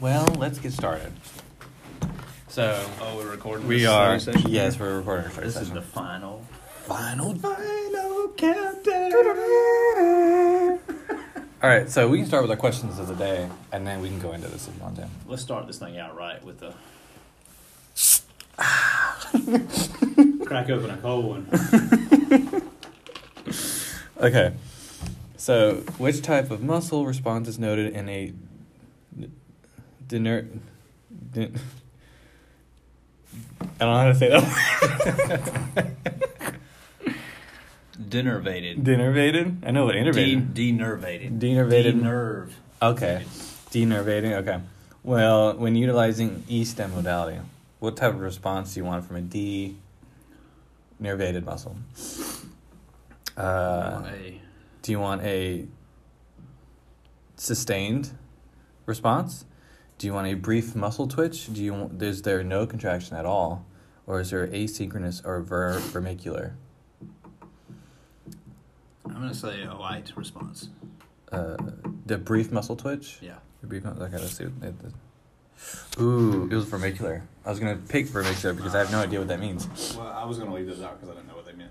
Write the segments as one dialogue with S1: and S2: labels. S1: Well, let's get started. So
S2: Oh, we're recording.
S1: we
S2: this
S1: are.
S2: study session?
S1: Yes, we're recording. Our
S2: This is
S1: session.
S2: the final.
S1: final, final countdown. All right, so we can start with our questions of the day, and then we can go into this if you want to.
S2: Let's start this thing out right with a crack open a cold one.
S1: Okay. So, which type of muscle response is noted in a dinner? Din- I don't know how to say that.
S2: Denervated.
S1: Denervated? I know what innervated.
S2: De- denervated.
S1: Denervated.
S2: Denerve.
S1: Okay. Denervating. Okay. Well, when utilizing E stem modality, what type of response do you want from a denervated muscle? Uh,
S2: A-
S1: do you want a sustained response? Do you want a brief muscle twitch? Do you want, is there no contraction at all, or is there asynchronous or ver- vermicular?
S2: I'm gonna say a light response.
S1: Uh, the brief muscle twitch.
S2: Yeah.
S1: It'd be fun- Okay, let's see. What they did. Ooh, it was vermicular. I was gonna pick vermicular because I have no idea what that means.
S3: Well, I was going to leave those out because I didn't know what they meant.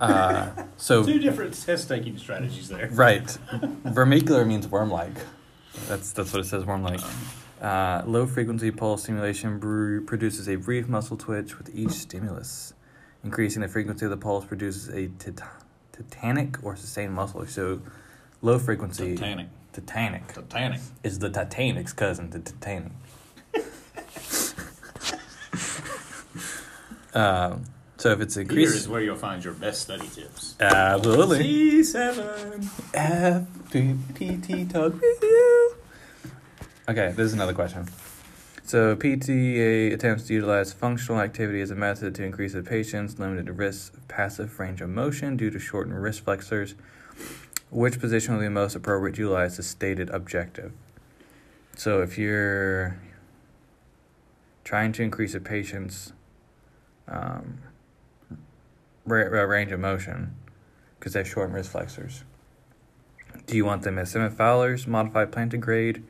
S1: Uh, so
S2: Two different test taking strategies there.
S1: right, vermicular means worm-like. That's that's what it says, worm-like. Uh, low frequency pulse stimulation br- produces a brief muscle twitch with each stimulus. Increasing the frequency of the pulse produces a tit- titanic or sustained muscle. So, low frequency
S2: Titanic.
S1: Titanic
S2: Titanic.
S1: is the Titanic's cousin, the Titanic. um, so if it's
S2: Here is
S1: increased,
S2: where you'll find your best study tips.
S1: absolutely.
S2: C7.
S1: FPT talk review. Okay, this is another question. So PTA attempts to utilize functional activity as a method to increase the patient's limited risk of passive range of motion due to shortened wrist flexors. Which position will be most appropriate to utilize the stated objective? So if you're trying to increase a patient's um, ra- ra- range of motion because they have shortened wrist flexors. Do you want them as semifowlers, modified plantigrade,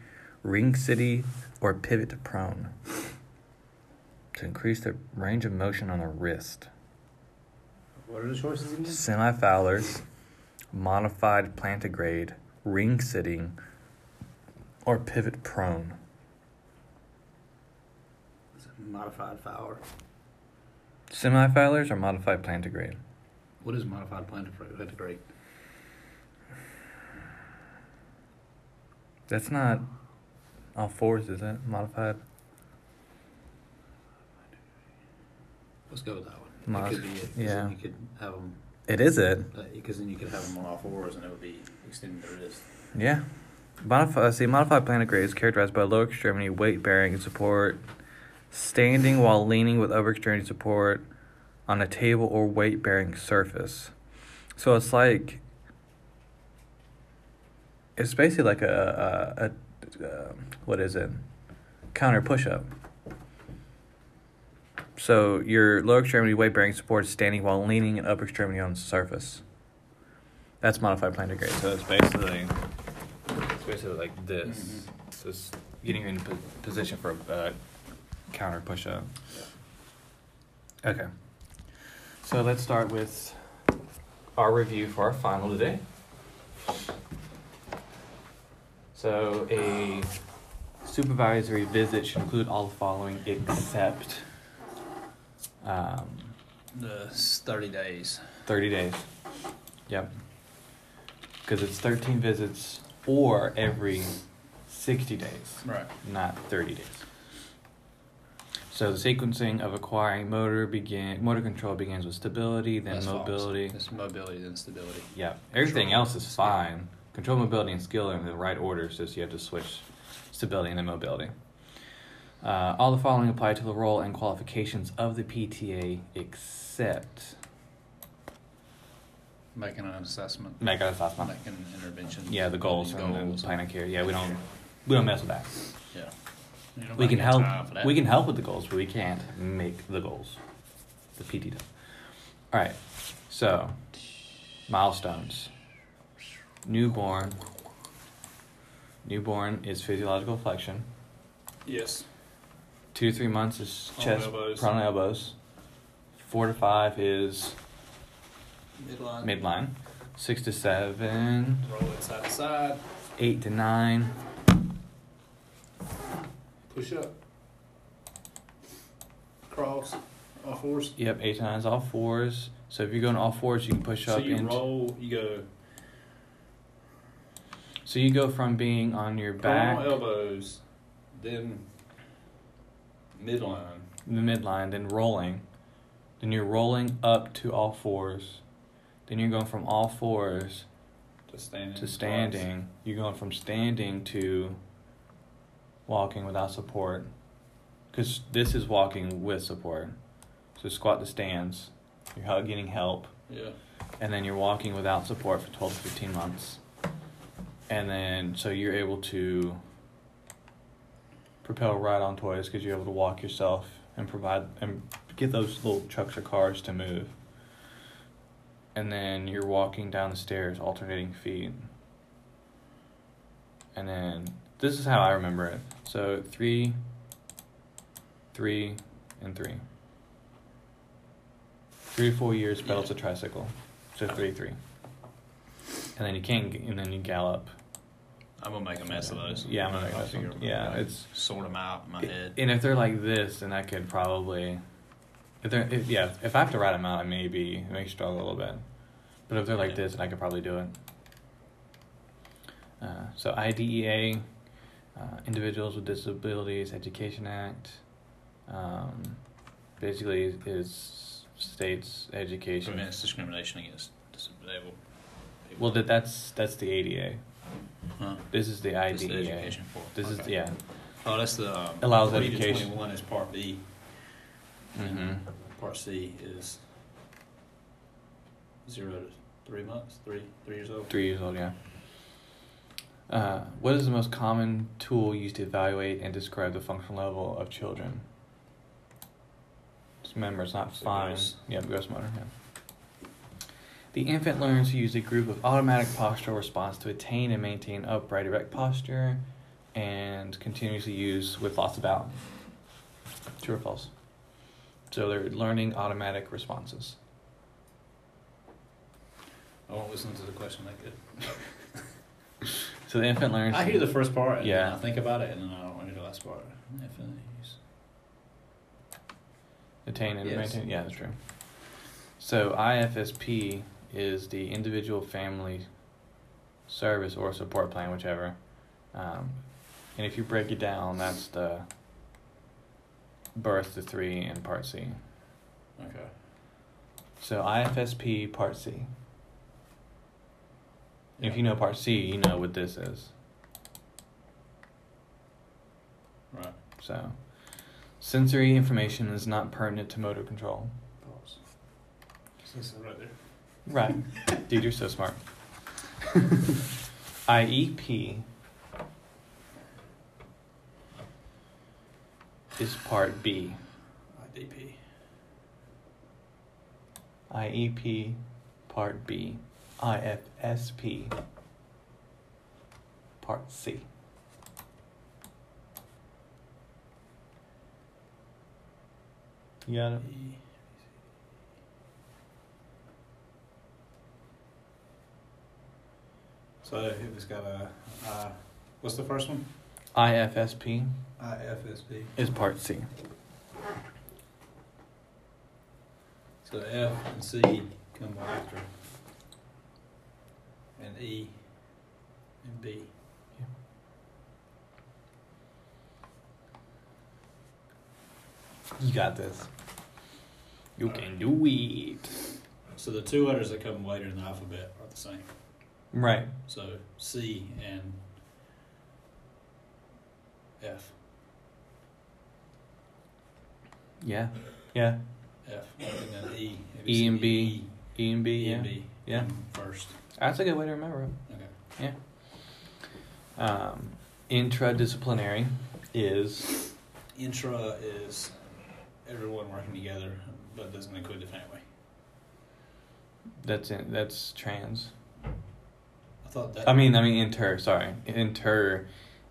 S1: ring city, or pivot prone? to increase the range of motion on the wrist.
S2: What are the choices again?
S1: Semifowlers, modified plantigrade, ring sitting, or pivot prone.
S2: Modified flower.
S1: Semifowlers or modified plantigrade?
S2: What is modified plantigrade? Plantigrade.
S1: That's not all fours, is it? Modified?
S2: Let's go with that one.
S1: Mod-
S2: it could be it. 'cause
S1: yeah.
S2: Then you could have them.
S1: It is it.
S2: Because then you could have them on all fours, and it would be extending the wrist.
S1: Yeah. Modify, see, modified plantigrade is characterized by lower extremity weight bearing and support, standing while leaning with upper extremity support on a table or weight bearing surface. So it's like, it's basically like a, a, a, uh, what is it? Counter push up. So your lower extremity weight bearing support is standing while leaning and upper extremity on surface. That's modified plantigrade. So it's basically, it's basically like this. So it's getting you in po- position for a uh, counter push up. Okay. So let's start with our review for our final today. So a supervisory visit should include all the following except um,
S2: The thirty days.
S1: 30 days. Yep. Because it's 13 visits or every 60 days,
S2: Right.
S1: not 30 days. So the sequencing of acquiring motor begin motor control begins with stability, then mobility.
S2: It's mobility, then stability.
S1: Yep. Everything
S2: Control.
S1: else is fine. Control mobility and skill are in the right order, it's just you have to switch stability and then mobility. Uh, all the following apply to the role and qualifications of the PTA except
S2: Making an assessment.
S1: Make an assessment.
S2: Making an intervention.
S1: Yeah, the goals,
S2: Goals.
S1: and then plan of care. Yeah, we don't we don't mess with that.
S2: Yeah. You don't
S1: We
S2: really
S1: can
S2: got time for
S1: help
S2: that.
S1: we can help with the goals, but we can't make the goals. The PT does. All right. So, milestones. Newborn. Newborn is physiological flexion.
S4: Yes.
S1: Two to three months is
S4: Prone
S1: chest,
S4: elbows.
S1: prone elbows. Four to five is
S4: Midline.
S1: midline. Six to seven.
S4: Roll it side to side.
S1: Eight to nine.
S4: Push up. Cross. Off horse.
S1: Yep, eight to nine is all fours. So if you're going all fours, you can push
S4: So
S1: up.
S4: you
S1: into-
S4: roll, you go
S1: so you go from being on your back,
S4: Prone elbows, then midline.
S1: the midline, then rolling. Then you're rolling up to all fours. Then you're going from all fours
S4: To standing.
S1: to standing. You're going from standing to walking without support. Because this is walking with support. So squat to stands. You're hug- getting help.
S4: Yeah.
S1: And then you're walking without support for 12 to 15 months. And then, so you're able to propel right on toys because you're able to walk yourself and provide and get those little trucks or cars to move. And then you're walking down the stairs, alternating feet. And then this is how I remember it. So three, three, and three. Three to four years pedal to tricycle. So three, three. And then you can, and then you gallop.
S2: I'm gonna make a mess of those.
S1: Yeah, I'm gonna make
S2: I'll
S1: this one.
S2: figure-
S1: Yeah,
S2: like,
S1: it's-
S2: sort them out in my head.
S1: And if they're like this, then I could probably, if they're if, yeah, if I have to write them out, I maybe it may struggle a little bit. But if they're like
S2: Yeah.
S1: this, then I could probably do it. Uh, so IDEA, uh, Individuals with Disabilities Education Act, um, basically is states education.
S2: prevents discrimination against disabled. people.
S1: Well, that that's that's the ADA.
S2: Huh?
S1: This is the E
S2: That's the
S1: IDEA.
S2: education for.
S1: This is
S2: okay.
S1: yeah.
S2: Oh, that's the um,
S1: Allows
S2: 40 to
S1: education.
S2: Twenty-one is Part B.
S1: Mm-hmm.
S2: Part C is zero to three months, three three years old.
S1: Three years old, yeah. Uh, what is the most common tool used to evaluate and describe the functional level of children? Just remember, it's not
S2: So
S1: fine.
S2: gross.
S1: Yeah, gross motor. Yeah. The infant learns to use a group of automatic postural response to attain and maintain upright, erect posture, and continues to use with lots of balance. True or false? So they're learning automatic responses.
S2: I won't listen to the question that good.
S1: So the infant learns.
S2: I hear the first part. And
S1: Yeah.
S2: yeah. I think about it, and then I don't want to hear the last part. Definitely use-
S1: Attain and
S2: Yes.
S1: maintain. Yeah, that's true. So IFSP is the individual family service or support plan, whichever. Um, and if you break it down, that's the birth to three and part C.
S2: Okay.
S1: So IFSP part C.
S2: Yeah.
S1: If you know part C, you know what this is.
S2: Right.
S1: So sensory information is not pertinent to motor control.
S4: Pause. Since I'm right there.
S1: Right. Dude, you're so smart. E IEP is part B.
S2: IDP.
S1: IEP, E part B. IFSP, part C. You got it?
S4: So it was got a. Uh, what's the first one?
S1: IFSP
S4: IFSP.
S1: is part C.
S2: So F and C come after. And E and B.
S1: You got this. You can do it.
S2: So the two letters that come later in the alphabet are the same.
S1: Right.
S2: So C and F.
S1: Yeah. Yeah.
S2: F. And then E.
S1: E and B.
S2: E,
S1: E and B.
S2: E
S1: Yeah.
S2: and B.
S1: Yeah.
S2: come First.
S1: That's a good way to remember it.
S2: Okay.
S1: Um, intradisciplinary is
S2: Intra is everyone working together, but doesn't include the family.
S1: that's in, that's trans.
S2: I thought that.
S1: I mean, I mean inter. Sorry, inter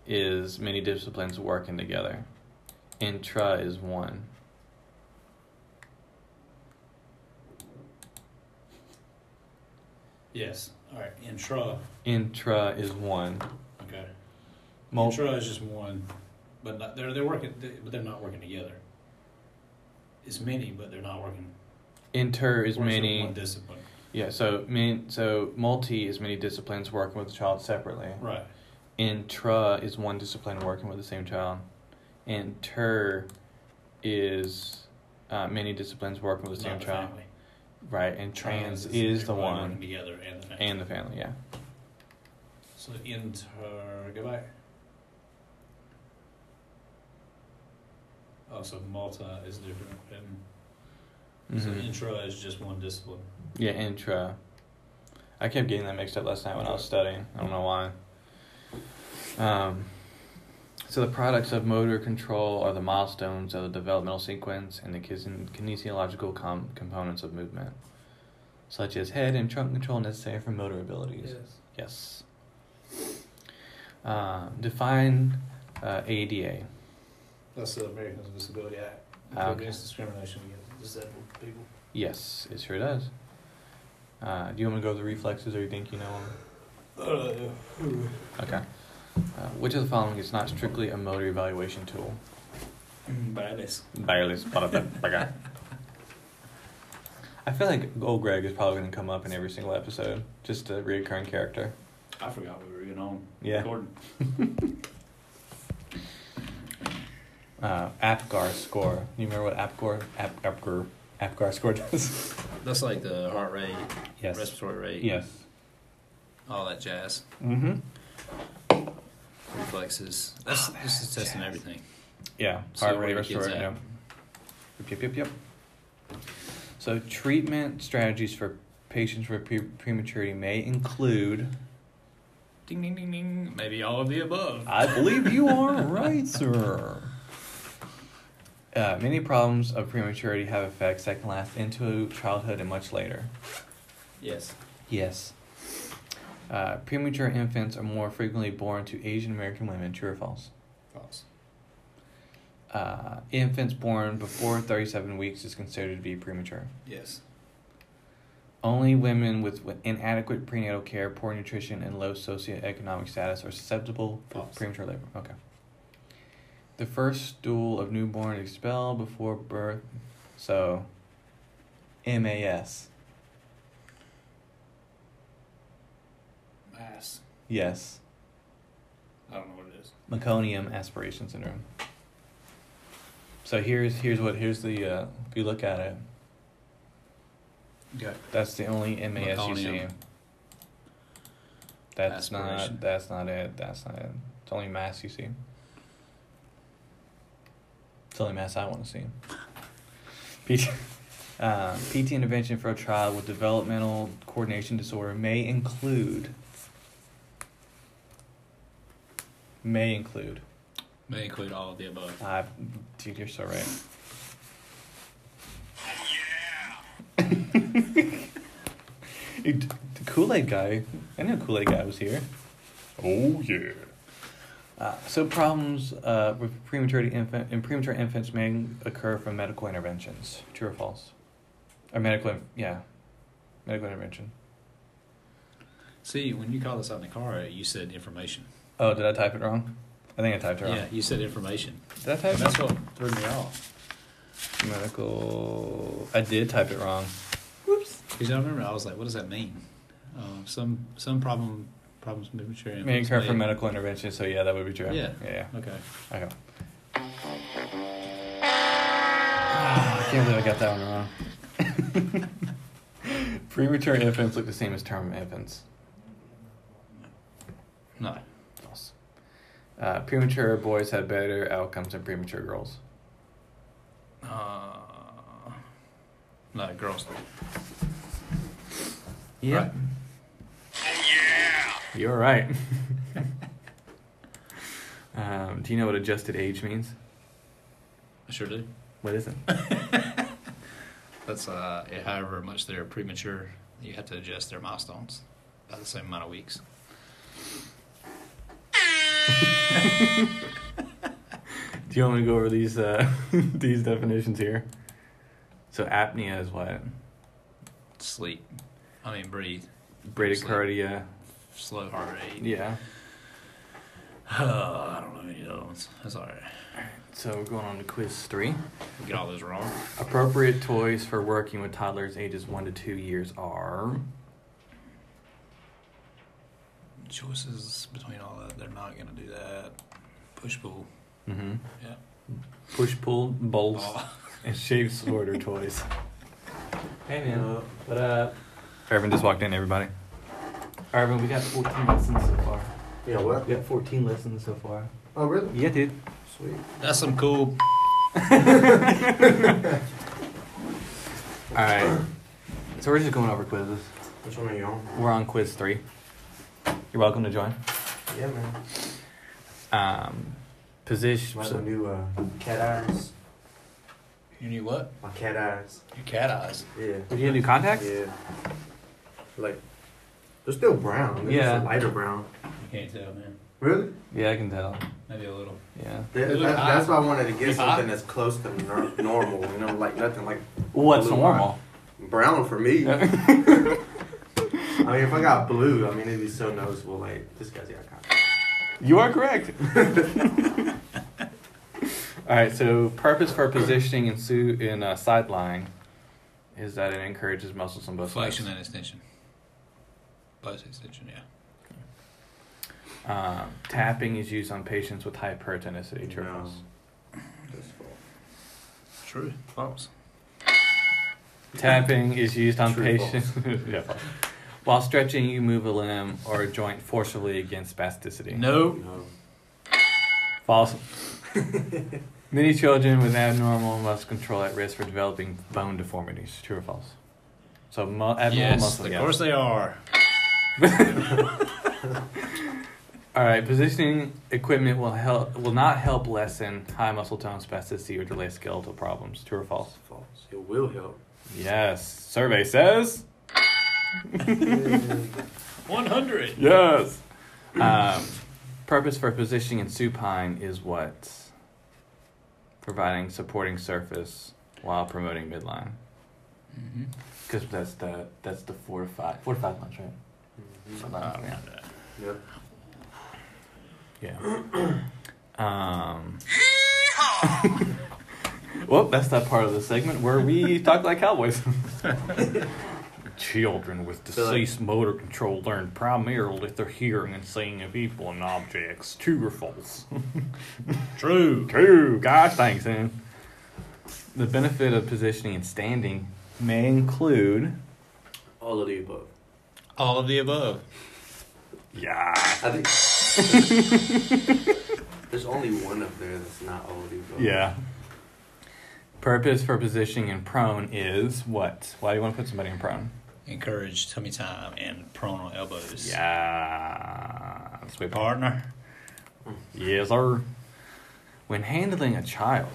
S1: is many disciplines working together. Intra is one.
S2: Yes. All right. Intra.
S1: Intra is one.
S2: Okay.
S1: Mul-
S2: Intra is just one, but not, they're they're working, they, but they're not working together. It's many, but they're not working.
S1: inter is
S2: working
S1: many.
S2: One discipline.
S1: Yeah, so mean so multi is many disciplines working with a child separately.
S2: Right.
S1: Intra is one discipline working with the same child. Inter is uh, many disciplines working with the same
S2: Not
S1: child.
S2: family.
S1: Right, and trans
S2: Trans
S1: is the
S2: Uh, everybody
S1: one
S2: working together and the family.
S1: and the family, yeah.
S2: so inter. Go back. Oh, so Malta is different, and so
S1: Mhm.
S2: intra is just one discipline.
S1: Yeah, intra. I kept getting that mixed up last night when I was studying. I don't know why. Um, so the products of motor control are the milestones of the developmental sequence and the kines- kinesiological com- components of movement, such as head and trunk control necessary for motor abilities. Yes. Uh, define uh, ADA.
S2: That's the Americans with Disability Act.
S1: Ah, okay.
S2: Against discrimination against disabled people.
S1: Yes, it sure does. Uh, do you want me to go over the reflexes, or you think you know 'em? Okay. Uh, which of the following is not strictly a motor evaluation tool?
S2: Bias.
S1: Barely spotted that. I feel like old Greg is probably going to come up in every single episode, just a reoccurring character.
S2: I forgot we were even on.
S1: Yeah.
S2: Gordon.
S1: Uh, APGAR score. You remember what APGAR Ap, APGAR APGAR score does?
S3: That's like the heart rate,
S1: yes.
S3: respiratory rate,
S1: Yes.
S3: all that jazz,
S1: Mm-hmm.
S3: reflexes. That's this is testing
S1: jazz.
S3: everything.
S1: Yeah.
S3: See
S1: Heart
S3: where
S1: rate
S3: the kid's
S1: restored.
S3: at.
S1: Yeah. Yep, yep, yep, yep. So treatment strategies for patients with pre- prematurity may include.
S3: Ding ding ding ding. Maybe all of the above.
S1: I believe you are right, sir. Uh, many problems of prematurity have effects that can last into childhood and much later.
S3: Yes.
S1: Yes. Uh, premature infants are more frequently born to Asian American women. True or false?
S2: False.
S1: Uh, infants born before 37 weeks is considered to be premature.
S2: Yes.
S1: Only women with with inadequate prenatal care, poor nutrition, and low socioeconomic status are susceptible for
S2: False.
S1: premature labor. Okay. The first stool of newborn is expelled before birth, so MAS.
S2: Mass.
S1: Yes,
S2: I don't know what it is.
S1: meconium aspiration syndrome. So here's here's what here's the uh, if you look at it,
S3: Okay.
S1: that's the only MAS you see.
S3: Meconium.
S1: That's
S3: Aspiration.
S1: not that's not it. That's not it. It's only mass you see. It's only mass I want to see. PT, uh, PT intervention for a child with developmental coordination disorder may include may include.
S3: May include all of the above.
S1: Uh, dude, you're so right. Dude, the Kool Aid guy. I knew Kool Aid guy was here. Oh yeah. Uh, so problems uh, with prematurity infant in premature infants may occur from medical interventions. True or false? Or medical, in- yeah, medical intervention.
S3: See, when you called us out in the car, you said information.
S1: Oh, did I type it wrong? I think I typed it wrong.
S3: Yeah, you said information.
S1: Did I type
S3: And
S1: it?
S3: that's what threw me off.
S1: Medical. I did type it wrong.
S3: Because I remember I was like, what does that mean? Um, some some problem problems with mature
S1: May
S3: infants
S1: occur for
S3: may-
S1: medical intervention, so yeah, that would be true.
S3: Yeah.
S1: Yeah.
S3: Okay.
S1: yeah. Okay. Ah, I can't believe I got that one wrong. Premature infants look the same as term infants.
S3: No.
S1: False. Uh, premature boys have better outcomes than premature girls.
S3: Uh, no, girls.
S1: Yeah.
S3: Right.
S1: You're right. um, do you know what adjusted age means?
S3: I sure do.
S1: What is it?
S3: That's uh, however much they're premature, you have to adjust their milestones by the same amount of weeks.
S1: Do you want me to go over these uh, these definitions here? So apnea is what
S3: Sleep. I mean, breathe.
S1: bradycardia.
S3: Slow heart rate.
S1: Yeah.
S3: Oh, I don't know any of those. That's all right.
S1: So we're going on to quiz three.
S3: We get all those wrong.
S1: Appropriate toys for working with toddlers ages one to two years are.
S3: Choices between all that. They're not going to do that. Push pull.
S1: Mm-hmm.
S3: Yeah.
S1: Push pull bowls
S3: Ball.
S1: and shape sorter toys. Hey man, what up? Irvin just walked in. Everybody. Irvin, we got 14 listens so far.
S5: Yeah, what?
S1: We got 14 listens so far.
S5: Oh, really?
S1: Yeah, dude.
S5: Sweet.
S3: That's some cool.
S1: All right. So we're just going over quizzes.
S5: Which one are you on?
S1: We're on quiz three. You're welcome to join.
S5: Yeah, man.
S1: Um, position.
S5: My new uh, cat eyes.
S2: You knew what?
S5: My cat eyes.
S2: Your cat eyes.
S5: Yeah.
S1: Did you get new contacts?
S5: Yeah. Like, they're still brown. They're
S1: Yeah.
S5: Just a lighter brown.
S3: You can't tell, man.
S5: Really?
S1: Yeah, I can tell.
S3: Maybe a little.
S1: Yeah.
S5: That,
S2: They look
S5: that,
S2: hot.
S5: that's why I wanted to
S2: They
S5: get
S2: hot.
S5: something that's close to nor- normal. You know, like nothing like
S1: What's
S5: Blue
S1: normal?
S5: brown for me. I mean, if I got blue, I mean, it'd be so noticeable. Like, this guy's got cock.
S1: you are correct. All right. So purpose for positioning in suit in uh, sideline is that it encourages muscles on both
S3: Flexion
S1: sides.
S3: and extension. Both extension, yeah.
S1: Um, tapping is used on patients with hypertonicity. True. or
S5: No.
S1: false?
S5: That's false.
S3: True. False.
S1: Tapping is used on
S5: True,
S1: patients. yeah, false. While stretching, you move a limb or a joint forcibly against spasticity.
S3: No.
S5: No.
S1: False. Many children with abnormal muscle control at risk for developing bone deformities. True or false? So mu- abnormal
S3: Yes,
S1: muscle.
S3: of
S1: yeah.
S3: course they are.
S1: All right. Positioning equipment will help. Will not help lessen high muscle tone spasticity or delay skeletal problems. True or false?
S5: It's false. It will help.
S1: Yes. Survey says.
S3: 100.
S1: Yes. Um, purpose for positioning in supine is what? Providing supporting surface while promoting midline.
S3: Mm-hmm.
S1: Because that's the that's the four to five four to five months, right?
S5: Mhm.
S1: yeah.
S5: Yep.
S1: Yeah. um. well, that's that part of the segment where we talk like cowboys.
S3: Mm-hmm.
S1: Children with
S5: So, like-
S1: deceased motor control learn primarily through hearing and seeing of people and objects. True or false?
S3: True.
S1: True. Gosh, thanks, man. The benefit of positioning and standing may include.
S5: All of the above.
S3: All of the above.
S1: Yeah.
S5: I think there's only one up there that's not all of the above.
S1: Yeah. Purpose for positioning in prone is what? Why do you want to put somebody in prone?
S3: Encourage tummy time and pronal elbows.
S1: Yeah. That's way better.
S3: Partner.
S1: Yes, sir. When handling a child,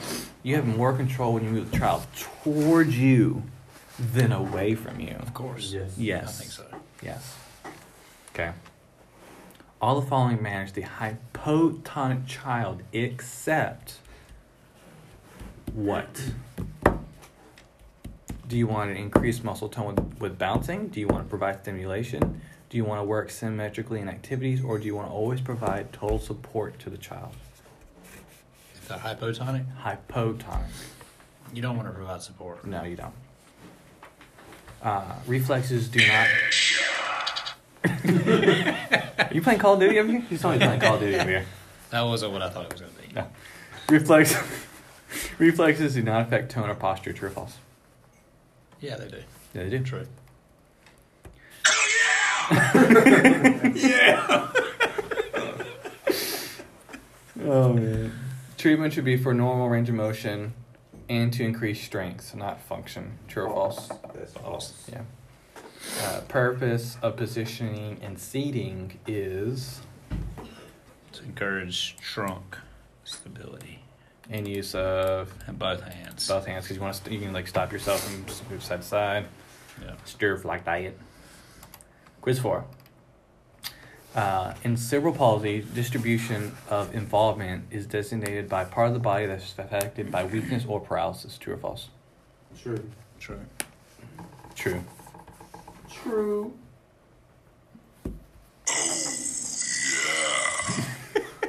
S1: you have more control when you move the child towards you than away from you.
S3: Of course.
S5: Yes.
S1: Yes.
S3: I think so.
S1: Yes. Okay. All the following manage the hypotonic child except what? Do you want to increase muscle tone with, with bouncing? Do you want to provide stimulation? Do you want to work symmetrically in activities or do you want to always provide total support to the child?
S3: Is that hypotonic?
S1: Hypotonic.
S3: You don't want to provide support.
S1: No, you don't. Uh, reflexes do not. you playing Call of Duty over here? You saw me playing Call of Duty over here.
S3: That wasn't what I thought it was going to be.
S1: No. Reflex. reflexes do not affect tone or posture. True or false?
S3: Yeah, they do.
S1: Yeah, they do.
S3: True.
S1: Oh man. Treatment should be for normal range of motion, and to increase strength, not function. True or false?
S5: That's false.
S3: False.
S1: Yeah. Uh, purpose of positioning and seating is
S3: To encourage trunk stability
S1: in use of
S3: in both hands.
S1: both hands because you want to you can like stop yourself and just move side to side.
S3: Yeah.
S1: Stir like diet. Quiz four. Uh, in cerebral palsy, distribution of involvement is designated by part of the body that's affected by weakness or paralysis. True or false?
S5: True.
S3: True.
S1: True.
S5: True.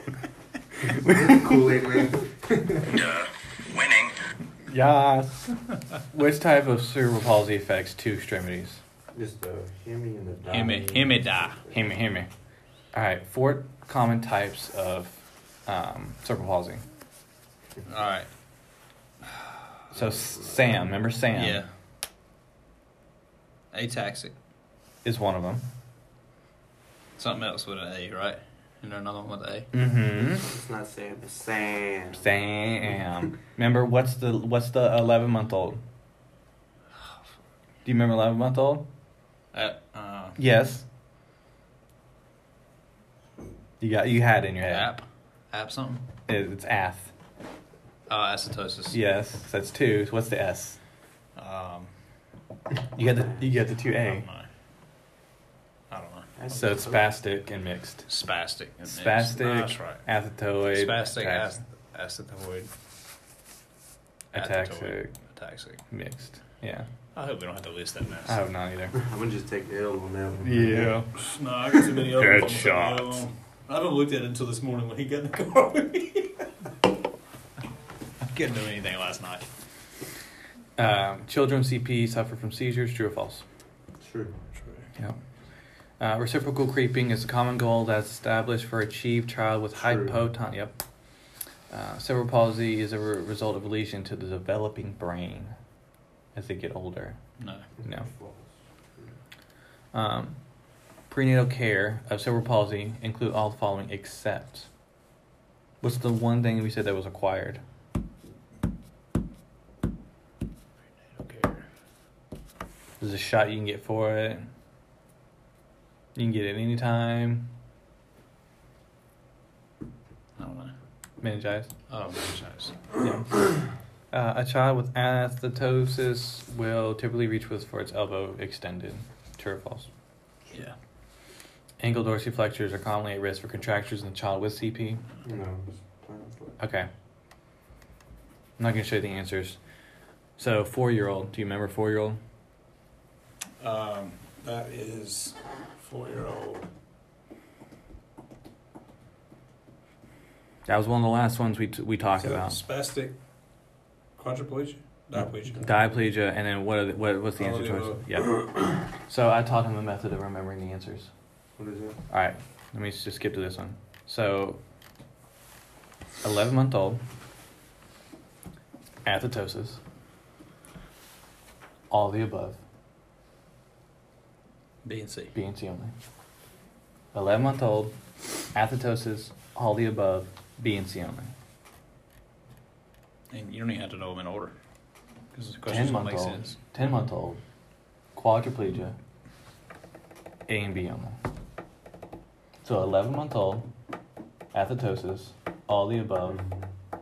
S5: Kool Aid Man.
S1: Yes. Which type of cerebral palsy affects two extremities?
S5: Just the hemi and the dot.
S2: Hemi, hemi da.
S1: Hear me, hear me. All right, four common types of um, cerebral palsy.
S2: All right.
S1: So S- Sam, remember Sam?
S2: Yeah. Ataxic.
S1: Is one of them.
S2: Something else with an A, right? And another one with an
S1: Mm-hmm.
S5: It's not Sam. It's Sam.
S1: Sam. remember what's the what's the eleven month old? Do you remember eleven month old?
S2: A. Uh, uh,
S1: Yes. You got you had it in your head.
S2: App. App something.
S1: It- It's ath.
S2: Oh, acetosis.
S1: Yes, so that's two. What's the S?
S2: Um,
S1: You got the you got the two
S2: I
S1: A.
S2: don't know. I don't know.
S5: That's
S1: So it's spastic and mixed.
S2: Spastic. and it's-
S1: Spastic.
S2: Ah, that's right.
S1: Athetoid.
S2: Spastic.
S1: atax-
S2: ac- Acetoid.
S1: ataxic.
S2: Ataxic.
S1: Mixed. Yeah.
S2: I hope we don't have to list that mess.
S1: I have not either.
S5: I'm gonna just take the L on that one.
S2: No, I got too many
S1: Good
S2: other ones.
S1: shot.
S2: I haven't looked at it until this morning when he got in the car with me. I couldn't do anything last night.
S1: Um, children CP suffer from seizures. True or false?
S5: True.
S2: True.
S1: Yeah. Uh, reciprocal creeping is a common goal that's established for achieved child with
S5: True.
S1: hypoton. Yep. Uh, cerebral palsy is a re- result of lesion to the developing brain as they get older.
S2: No.
S1: No.
S5: False.
S1: Um, prenatal care of cerebral palsy include all the following except. What's the one thing we said that was acquired?
S2: Okay.
S1: There's a shot you can get for it. You can get it anytime.
S2: I don't know.
S1: Meningitis.
S2: Oh, franchise.
S1: Yeah. Uh, a child with anasthetosis will typically reach with for its elbow extended. True or false?
S2: Yeah.
S1: Ankle dorsiflexors are commonly at risk for contractures in a child with CP.
S5: No. it's plain and blank.
S1: Okay. I'm not going to show you the answers. So, four year old. Do you remember four year old?
S2: Um, that is four year old.
S1: That was one of the last ones we, t- we talked about.
S2: Spastic quadriplegia? Diplegia?
S1: Diplegia, and then what, are the, what what's the
S2: All
S1: answer
S2: the
S1: choice? Yeah. So, I taught him a method of remembering the answers.
S5: What is it?
S1: All right, let me s- just skip to this one. So, 11 month old, athetosis, all the above,
S2: B and C.
S1: B and C only. 11 month old, athetosis, all the above, B and C only.
S2: And you don't even have to know them in order. Because the
S1: 10
S2: questions don't
S1: month
S2: make
S1: old,
S2: sense.
S1: 10 month old, quadriplegia, A and B only. So, 11 month old, athetosis, all the above,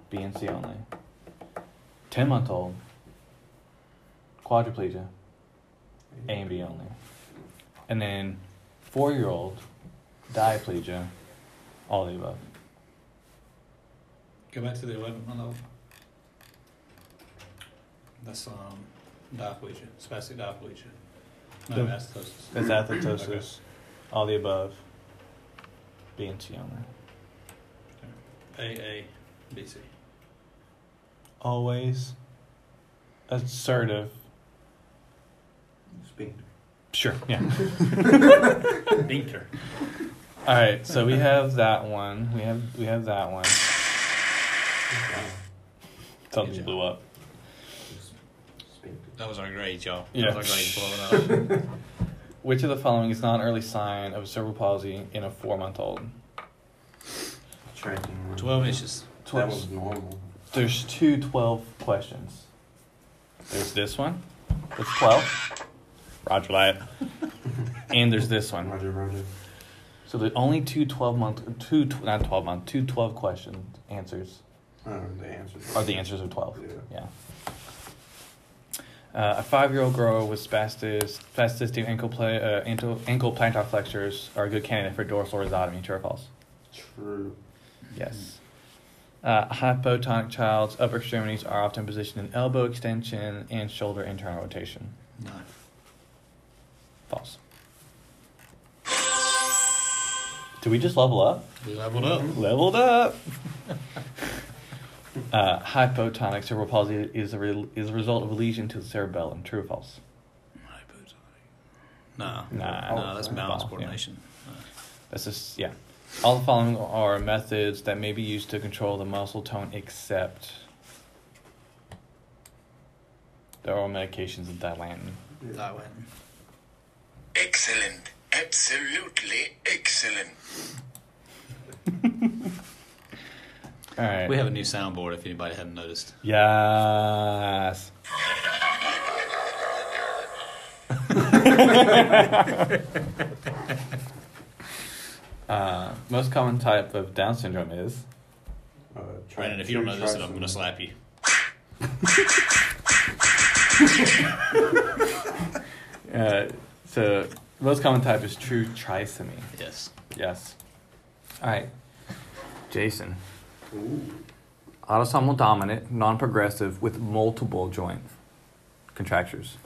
S1: B and C only. 10 month old, quadriplegia, A and B only. And then 4 year old, diaplegia, all the above.
S2: Go back to the 11th one level. That's um, diplegia, spastic diplegia. No,
S1: The-
S2: mastosis.
S1: That's athetosis, all the above, B and C only.
S2: A, A, B, C.
S1: Always assertive.
S5: Speak.
S1: Sure, yeah.
S2: Binter.
S1: All right, so we have that one. We have we have that one. Something
S2: job.
S1: blew up.
S5: Speak.
S2: That was our grade, y'all.
S1: Yeah.
S2: That was our grade blowing up.
S1: Which of the following is not an early sign of cerebral palsy in a four month old?
S5: Tracking.
S2: 12 inches.
S5: That was normal.
S1: There's two 12 questions. There's this one. That's 12. Roger that. and there's this one.
S5: Roger, Roger.
S1: So the only two 12 month, two, tw- not 12 month, two 12 question answers
S3: Oh,
S5: I don't know the answer.
S1: are the answers of 12. Yeah. Uh, a five-year-old girl with spastis, spasticity ankle, play, uh, ankle, ankle plantar flexors are a good candidate for dorsal rhizotomy. True or false?
S5: True.
S1: Yes. Uh, hypotonic child's upper extremities are often positioned in elbow extension and shoulder internal rotation.
S3: No.
S1: False. Did we just level up?
S3: We leveled up.
S1: Leveled up. uh, hypotonic cerebral palsy is a re- is a result of a lesion to the cerebellum. True or false?
S3: Hypotonic. No.
S1: Nah,
S3: no, that's
S1: false,
S3: balance
S1: yeah.
S3: coordination.
S1: That's just yeah. All the following are methods that may be used to control the muscle tone, except the oral medications of Dilantin.
S3: That went.
S6: Excellent. Absolutely excellent.
S1: All right.
S3: We have a new soundboard. If anybody hadn't noticed,
S1: Yes. uh, most common type of Down syndrome is
S5: Uh, try-
S3: Brandon. If you don't know this,
S5: try
S3: then I'm
S5: some-
S3: gonna slap you.
S1: uh, so most common type is true trisomy.
S3: Yes.
S1: Yes. All right. Jason,
S5: Ooh.
S1: autosomal dominant, non-progressive with multiple joint contractures.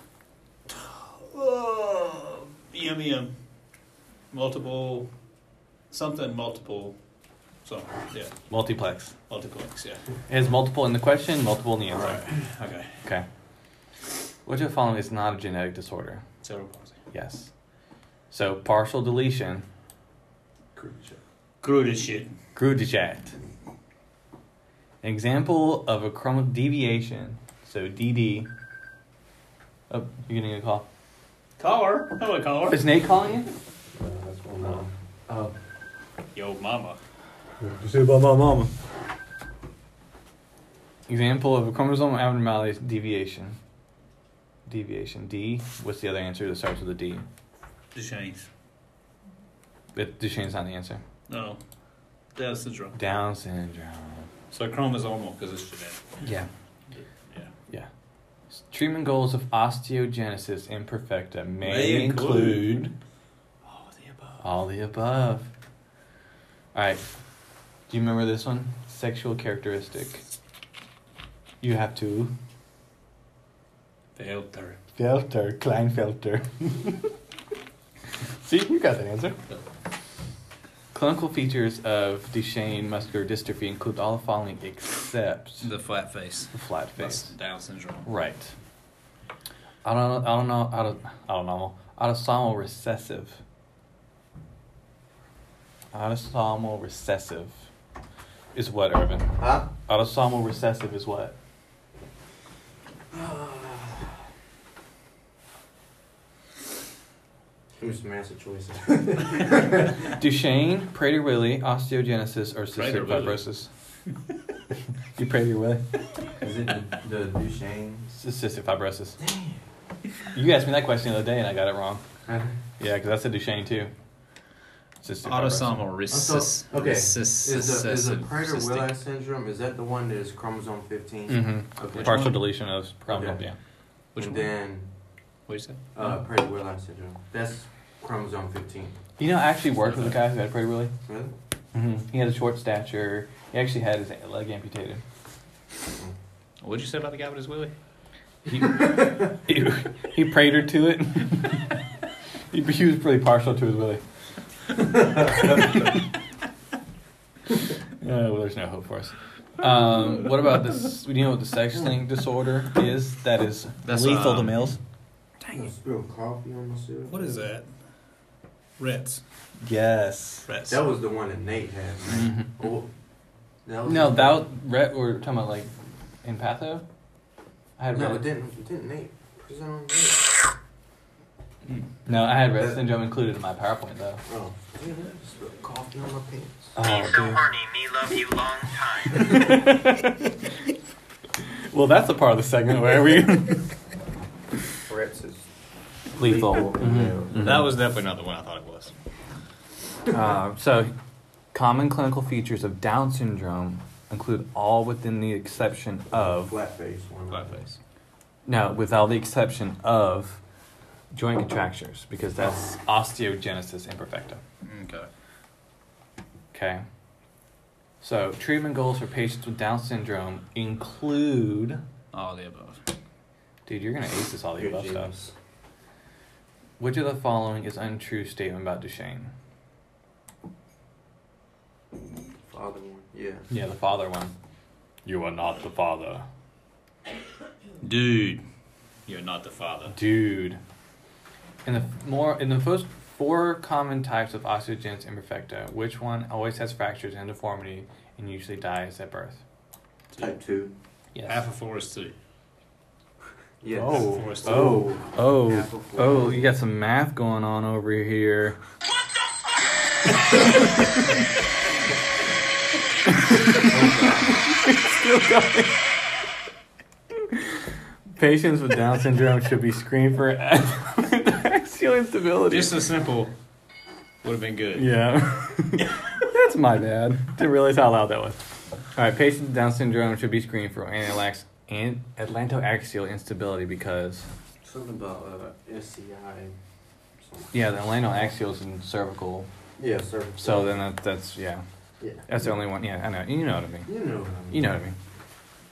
S2: Oh, yum yum. Multiple, something multiple, so yeah,
S1: Multiplex.
S2: multiplex, yeah.
S1: It has multiple in the question, multiple in the answer.
S2: Okay.
S1: Okay. Which of the following is not a genetic disorder?
S2: Cerebral palsy.
S1: Yes. So partial deletion,
S5: Creature.
S2: Grew this shit.
S1: Grudjat. An example of a chromatic deviation, so DD. Oh, you're getting a call.
S2: Caller. Hello, caller.
S1: Is Nate calling you?
S5: Uh, that's one now.
S1: Oh.
S2: Yo, mama.
S5: You say about my mama.
S1: Example of a chromosomal abnormality deviation. Deviation. D. What's the other answer that starts with a D?
S2: Duchenne's.
S1: But Duchenne's not the answer.
S3: Oh.
S2: No. Down syndrome.
S1: Down syndrome.
S2: So chromosomal because it's genetic.
S1: Yeah.
S2: Yeah.
S1: Yeah. S- Treatment goals of osteogenesis imperfecta may,
S2: May
S1: include,
S2: include- All of Oh, the above.
S1: all the above. All right. Do you remember this one? Sexual characteristic. You have to
S2: Filter.
S1: filter, Kleinfilter. See, you got the answer. Clinical features of Duchenne muscular dystrophy include all the following except
S3: The flat face.
S1: the flat
S3: That's
S1: face.
S3: Down syndrome.
S1: Right. I don't. I don't know. I don't. I don't know. Autosomal recessive. Autosomal recessive is what, Irvin?
S5: Huh?
S1: Autosomal recessive is what?
S5: Who's the master choice?
S1: Duchenne, Prader-Willi, osteogenesis, or cystic
S2: Prader-Willi.
S1: fibrosis. you Prader-Willi?
S5: Is it the, the Duchenne?
S1: It's cystic fibrosis. You asked me that question the other day and I got it wrong. Yeah, because I said Duchenne too. Cystic
S3: Autosomal
S5: Also,
S3: recess.
S5: okay.
S3: recess-
S5: Is the, is the
S3: recessive
S5: Prader-Willi
S3: cystic-
S5: syndrome, is that the one that is chromosome 15?
S1: hmm
S5: Okay.
S1: Partial deletion of chromosome.
S5: Okay.
S1: Yeah.
S3: Which
S5: and
S3: one?
S5: then
S3: What you say?
S5: uh, Prader-Willi syndrome. That's chromosome 15.
S1: You know, I actually worked with a guy who had Prader-Willi.
S5: Really?
S1: Mm-hmm. He had a short stature. He actually had his leg amputated.
S5: Mm.
S3: What'd you say about the guy with his willy?
S1: He, he, he prayed her to it. he, he was pretty partial to his willy. Yeah, Uh, well, there's no hope for us. Um, what about this? Do you know what the sex link disorder is? That is
S3: That's,
S1: lethal to
S3: um,
S1: males.
S5: Dang it. Spill coffee on my cereal.
S2: What is that? Rets.
S1: Yes.
S2: Rets.
S5: That was the one that Nate had. Right? oh, that
S1: Mm-hmm. No, that Rhett, we're talking about like in patho. I had
S5: No,
S1: Rett-
S5: it didn't. It didn't Nate. Present on Nate.
S1: no, I had Rett
S5: That-
S1: syndrome included in my PowerPoint though.
S5: Oh, damn it. I Spilled coffee on my pants.
S1: Oh, dude.
S6: me love you long time.
S1: Well, that's a part of the segment where we
S5: Brett's is
S1: lethal. Mm-hmm.
S3: That was definitely not the one I thought it was.
S1: Uh, so, common clinical features of Down syndrome include all within the exception of
S5: Flat face. One
S3: Flat face.
S1: Now, with all the exception of joint contractures, because that's osteogenesis imperfecta.
S5: Mm.
S3: Okay.
S1: Okay. So, treatment goals for patients with Down syndrome include.
S3: All the above.
S1: Dude, you're gonna ace this all the
S5: Good
S1: above stuff.
S5: genius.
S1: Which of the following is untrue statement about Duchenne?
S5: Father one. Yeah.
S1: Yeah, the father one. You are not the father.
S3: Dude, you're not the father.
S1: Dude. In the f- more in the first four common types of osteogenesis imperfecta, which one always has fractures and deformity and usually dies at birth?
S5: Type two.
S1: Yes.
S3: Half of four is two.
S5: Yes.
S1: Oh.
S3: Forest.
S1: Oh. Oh.
S5: Apple four.
S1: Oh, you got some math going on over here. Still going. Patients with Down syndrome should be screened for axial instability.
S3: Just a simple would have been good.
S1: Yeah. That's my bad. Didn't realize how loud that was. All right, patients with Down syndrome should be screened for analax- an- atlantoaxial instability because,
S5: Something about uh, SCI. Something.
S1: yeah, the atlantoaxial is in cervical.
S5: Yeah, sir.
S1: So then that, that's, yeah,
S5: Yeah.
S1: that's the only one. Yeah, I know. You know what I mean.
S5: You know what I mean.
S1: You know what I mean.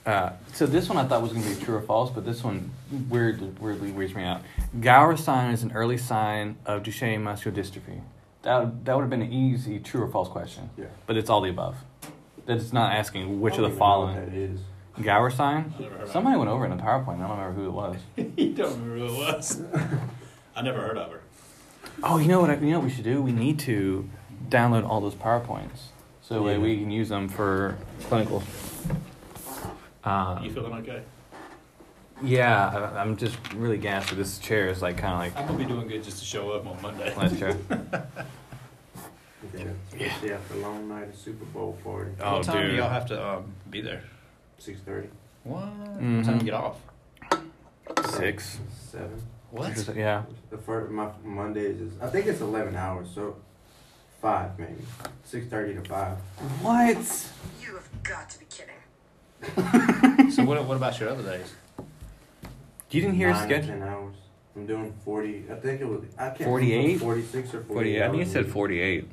S1: Uh, so this one I thought was going to be true or false, but this one weird, weirdly weirds me out. Gower sign is an early sign of Duchenne muscular dystrophy. That, that would have been an easy true or false question.
S5: Yeah.
S1: But it's all the above. That it's not asking which
S5: I
S1: of
S5: don't
S1: the
S5: even Oh, know what
S1: following.
S5: That is.
S1: Gower sign?
S2: I never heard of
S1: Somebody went over it in the PowerPoint. I don't remember who it was.
S2: her. you don't remember who it was. I never heard of her.
S1: Oh, you know what? I, you know what we should do? We need to download all those powerpoints so that way
S5: Yeah.
S1: we can use them for clinical.
S2: You
S1: Um,
S2: feeling okay?
S1: yeah, I, I'm just really gassed. that This chair is like kind of like
S2: I'm gonna be doing good just to show up on Monday.
S1: last chair.
S5: Yeah.
S1: Yeah.
S5: Yeah. After a long night of Super Bowl party.
S1: Oh,
S3: what time do
S1: dude.
S3: y'all have to um, be there?
S5: Six thirty.
S3: What?
S1: Mhm.
S3: What time to get off?
S1: Six.
S5: Seven.
S3: What?
S1: Yeah.
S5: The first my Mondays is I think it's eleven hours, so five maybe. Six thirty to five.
S1: What?
S7: You have got to be kidding.
S3: so what? What about your other days?
S1: You didn't hear a
S5: Nine,
S1: schedule?
S5: Ten hours. I'm doing forty. I think it was. I can't.
S1: 48?
S5: Forty six or forty eight.
S1: Forty-eight. I think you said forty-eight.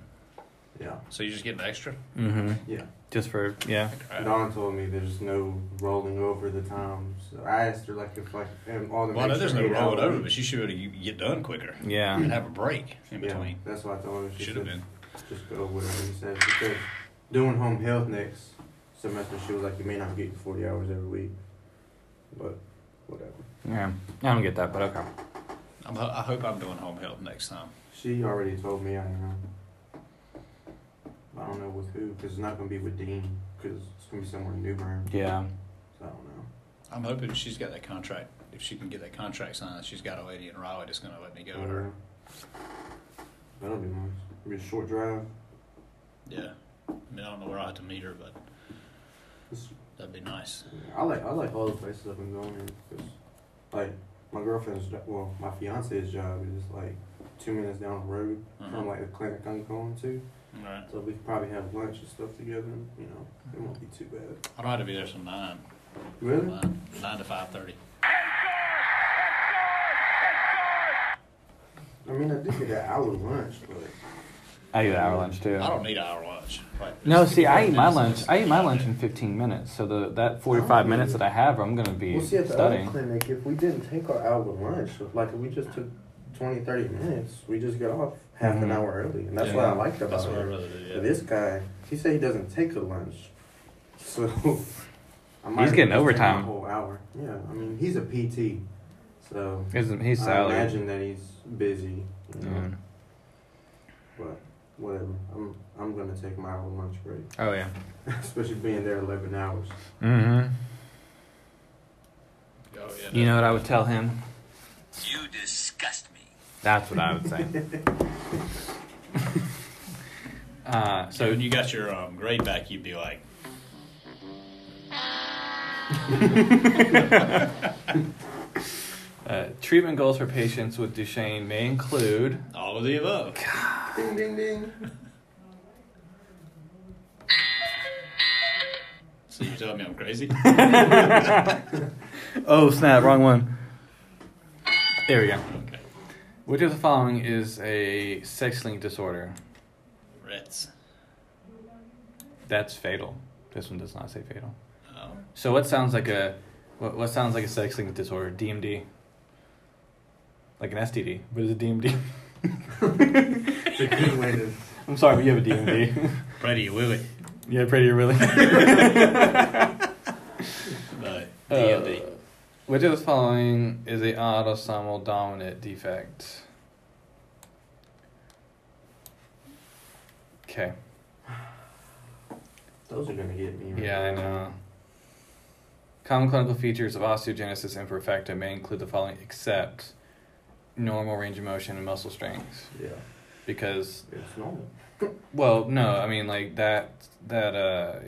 S5: Yeah.
S3: So you're just getting extra?
S1: Mm-hmm.
S5: Yeah.
S1: Just for yeah.
S3: Right.
S5: Dawn told me there's no rolling over the time. So I asked her like if like and all the.
S3: Well, I know
S5: extra
S3: there's no
S5: eight
S3: rolling
S5: hours-
S3: over, but you should be able to get done quicker
S1: Yeah.
S3: and have a break in
S5: yeah,
S3: between.
S5: That's why I told her she
S3: Should have been.
S5: Just go with what he said because doing home health next semester, she was like, you may not get your forty hours every week, but whatever.
S1: Yeah. I don't get that, but okay.
S3: I'm, ho- I hope I'm doing home health next time.
S5: She already told me I am. I don't know with who, because it's not going to be with Dean, because it's going to be somewhere in New Bern.
S1: Yeah.
S5: So I don't know.
S3: I'm hoping she's got that contract. If she can get that contract signed, she's got a lady in Raleigh that's going to let me go
S5: I
S3: to
S5: don't
S3: her.
S5: know. uh, That'll be nice. It'll be a short drive.
S1: Mm-hmm.
S3: Yeah. I mean, I don't know where I have to meet her, but
S5: It's-
S3: that'd be nice.
S5: I like I like all the places I've been going in, because, like, my girlfriend's, jo- well, my fiance's job is, like, two minutes down the road
S3: Mhm.
S5: from, like, the clinic I'm going to.
S3: All right.
S5: So we could probably have lunch and stuff together, and, you know, it won't be too bad.
S3: I don't have to be there till nine.
S5: Really?
S3: Nine, nine to five thirty.
S5: I mean, I did get an hour lunch, but.
S1: I eat an hour lunch too.
S3: I don't need an hour lunch. Like,
S1: No,
S3: it's-
S1: see, I eat my lunch. I eat my lunch in fifteen minutes. So the that forty-five minutes that I have, I'm gonna be
S5: Well, see, at the other
S1: studying.
S5: clinic, if we didn't take our hour lunch, if, like if we just took 20, 30 minutes, we just got off half an
S1: Mhm.
S5: hour early. And that's
S3: Yeah.
S5: what I liked about
S3: That's what I'd
S5: it.
S3: rather do.
S5: But
S3: Yeah.
S5: This guy, he said he doesn't take a lunch. So I might
S1: He's getting
S5: have to take my
S1: overtime.
S5: whole hour. Yeah, I mean, he's a PT. So
S1: Isn't he's
S5: I
S1: salary?
S5: imagine that he's busy. You know,
S1: Yeah.
S5: But whatever. I'm, I'm going to take my hour lunch break,
S1: Oh yeah.
S5: especially being there 11 hours.
S1: Mm-hmm.
S3: Oh, yeah.
S1: You know what I would tell him?
S6: You disgust me.
S1: That's what I would say. uh,
S3: So
S1: so
S3: when you got your um, grade back, you'd be like,
S1: uh, treatment goals for patients with Duchenne may include.
S3: all of the above.
S5: Ding, ding, ding.
S2: So you're telling me I'm crazy?
S1: Oh snap! Wrong one. There we go.
S2: okay.
S1: Which of the following is a sex link disorder?
S2: Reds.
S1: That's fatal. This one does not say fatal.
S2: Oh.
S1: So what sounds like a what, what sounds like a sex link disorder? DMD. Like an STD, but it's a DMD.
S5: It's a good way to.
S1: I'm sorry, but you have a DMD.
S2: Brady Willie.
S1: yeah, pretty really.
S2: But
S1: Uh, which of the following is a autosomal dominant defect? Okay.
S5: Those are gonna get me. right
S1: Yeah, I
S5: now.
S1: know. Common clinical features of osteogenesis imperfecta may include the following except normal range of motion and muscle strength.
S5: Yeah,
S1: Because
S5: it's normal.
S1: well, no, I mean like that that uh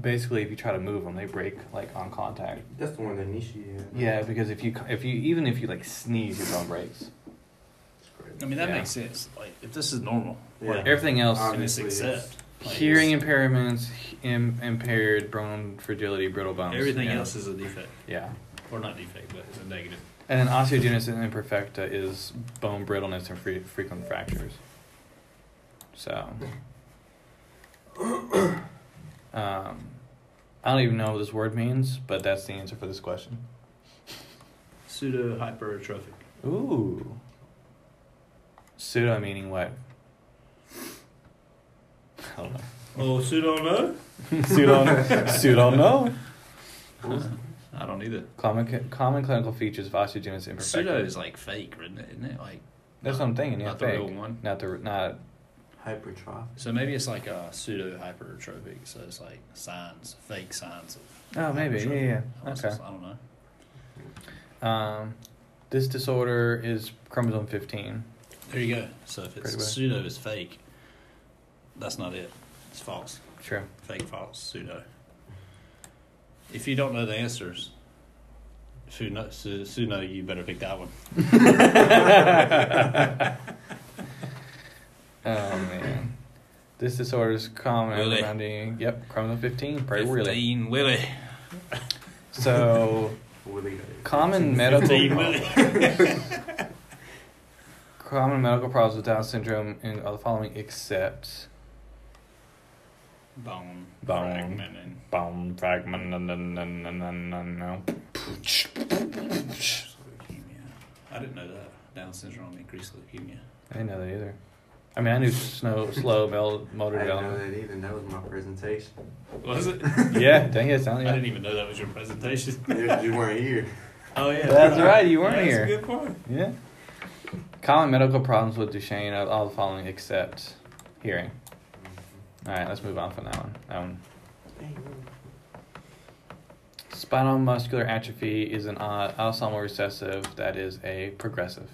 S1: basically if you try to move them, they break like on contact.
S5: That's the one that Nishi had.
S1: Yeah, because if you if you even if you like sneeze, your bone breaks.
S5: It's crazy.
S2: I mean that
S1: Yeah.
S2: makes sense. Like if this is normal,
S5: Yeah.
S1: Everything else
S5: Um,
S2: and it's
S5: Obviously, it's-
S2: accept. Like,
S1: hearing
S2: it's-
S1: impairments, h- im- impaired bone fragility, brittle bones.
S2: everything
S1: yeah.
S2: else is a defect,
S1: Yeah.
S2: or not defect, but it's a negative.
S1: And then osteogenesis imperfecta is bone brittleness and fre- frequent fractures. So, um, I don't even know what this word means, but that's the answer for this question.
S2: Pseudo hypertrophic.
S1: Ooh. Pseudo meaning what? I don't know.
S2: Oh, pseudo no?
S1: Pseudo, pseudo no.
S2: I don't either.
S1: Common, common clinical features of osteogenesis imperfecta.
S2: Pseudo is like fake, isn't it? Isn't it? Like
S1: That's what I'm thinking. Yeah,
S2: not the
S1: fake.
S2: real one.
S1: Not the not.
S5: Hypertrophy.
S2: So maybe it's like a pseudo hypertrophic. So it's like signs, fake signs of.
S1: Oh, maybe. Yeah, yeah.
S2: hypertrophy.
S1: Okay.
S2: I don't know.
S1: Um, this disorder is chromosome 15.
S2: There you go. So if it's
S1: Pretty much.
S2: pseudo is fake, that's not it. It's false.
S1: Sure.
S2: Fake, false, pseudo. If you don't know the answers, pseudo, pseudo you better pick that one.
S1: Oh man, this disorder is common
S2: Really?
S1: around the yep chromosome 15. Pretty really.
S2: Fifteen Willie.
S1: So
S5: What they got?
S1: common
S2: Fifteen
S1: medical
S2: Willie.
S1: common medical problems with Down syndrome and are the following except
S2: Bone.
S1: Bone.
S2: fragmenting.
S1: bone fragment. No, no, no, no, no, no.
S2: Leukemia. I didn't know that. Down syndrome increased leukemia.
S1: I didn't know that either. I mean, I knew snow, slow mel-
S5: I
S1: motor
S5: didn't know
S1: development.
S5: that either. That was my presentation.
S2: Was it?
S1: Yeah, dang it, sound
S2: I didn't even know that was your presentation.
S5: you, you weren't here.
S2: Oh yeah,
S1: That's right, you weren't
S2: That's
S1: here.
S2: A good point.
S1: Yeah. Common medical problems with Duchenne are all the following except hearing. All right, let's move on from that one. That one. Spinal muscular atrophy is an uh, autosomal recessive that is a progressive.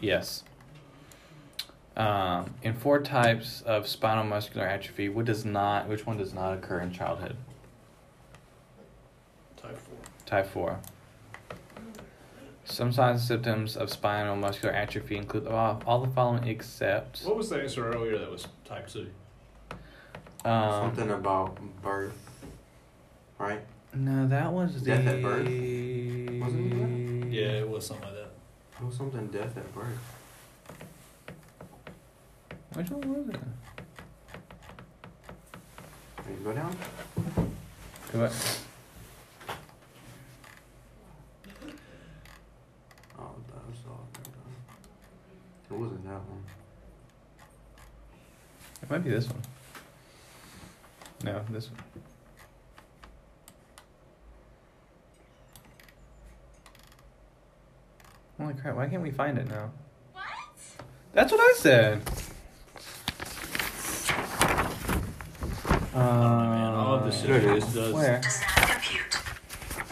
S1: Yes. Um, in four types of spinal muscular atrophy, what does not, which one does not occur in childhood?
S2: Type four.
S1: Type 4. Some signs and symptoms of spinal muscular atrophy include all, all the following except
S2: What was the answer earlier that was type two?
S1: um,
S5: Something about birth, right?
S1: No, that was the
S5: Death at birth? Wasn't
S1: Wasn't
S2: Yeah, it was something like that.
S5: Oh, something death at birth.
S1: Which one was it?
S5: Can you go down?
S1: Go back.
S5: Oh, that was all. never mind. It wasn't that one.
S1: It might be this one. No, this one. Holy crap, why can't we find it now?
S8: What?
S1: That's what I said.
S2: Oh, Man, all of this
S1: Uh,
S5: there
S2: shit
S5: it
S2: just
S5: is.
S2: does.
S1: where?
S8: Does not compute.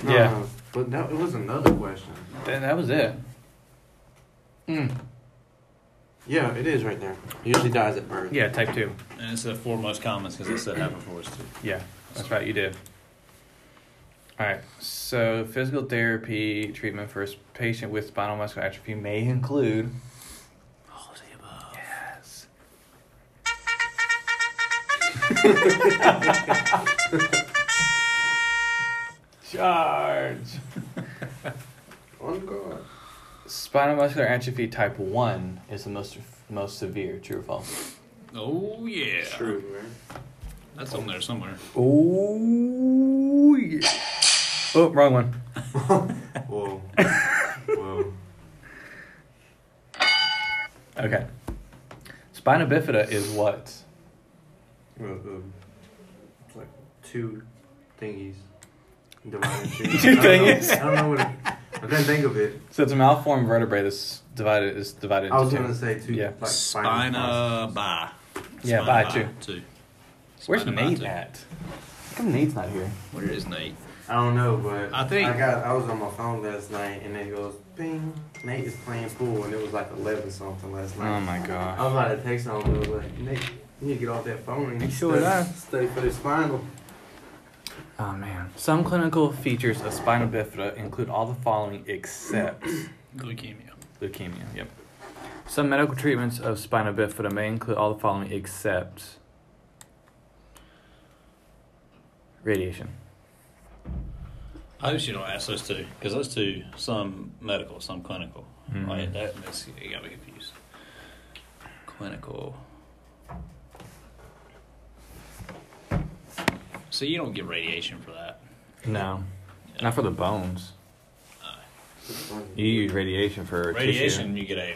S5: No,
S1: Yeah.
S5: no, but that it was another question.
S1: That, that was it. Mm.
S5: Yeah, it is right there. Usually dies at birth.
S1: Yeah, type two.
S2: And it's the four most commons because it said happen for us too.
S1: Yeah, that's right. You did. All right. So physical therapy treatment for a s- patient with spinal muscular atrophy may include. All the above. Yes. Charge.
S5: On guard.
S1: Spinal muscular atrophy type one is the most most severe. True or false?
S9: Oh yeah,
S5: True, man.
S9: that's on there somewhere.
S10: Oh, yeah. Oh, wrong one.
S5: Whoa. Whoa.
S1: Okay. Spina bifida is what?
S5: Uh, um, it's like two thingies. Divided two
S1: thingies?
S5: I don't know what. It, I couldn't think of it.
S1: So it's a malformed vertebrae that's divided is divided into
S5: I was
S1: two.
S5: gonna say two.
S1: Yeah.
S5: Like
S9: Spina by.
S1: Yeah,
S9: Spina
S1: by two.
S9: two.
S1: Where's
S9: Spina by
S1: Nate
S9: two.
S1: at? How come Nate's not here?
S9: Where is Nate?
S5: I don't know, but
S9: I think-
S5: I got. I was on my phone last night, and it goes ping. Nate is playing pool, and it was like eleven something last night.
S1: Oh my
S5: I
S1: god.
S5: was about to text him, but I was like, Nate, you need to get off that phone and
S10: You sure
S5: study,
S10: that?
S5: study for this final.
S1: Oh man. Some clinical features of spina bifida include all the following except
S9: Leukemia.
S1: leukemia. Yep. Some medical treatments of spina bifida may include all the following except radiation.
S2: I hope she don't ask those two because those two, some medical, some clinical.
S1: Mhm.
S2: Like, that makes you got me confused. Clinical.
S9: So you don't get radiation for that.
S1: No, not for the bones. You use radiation for
S2: Radiation, you get a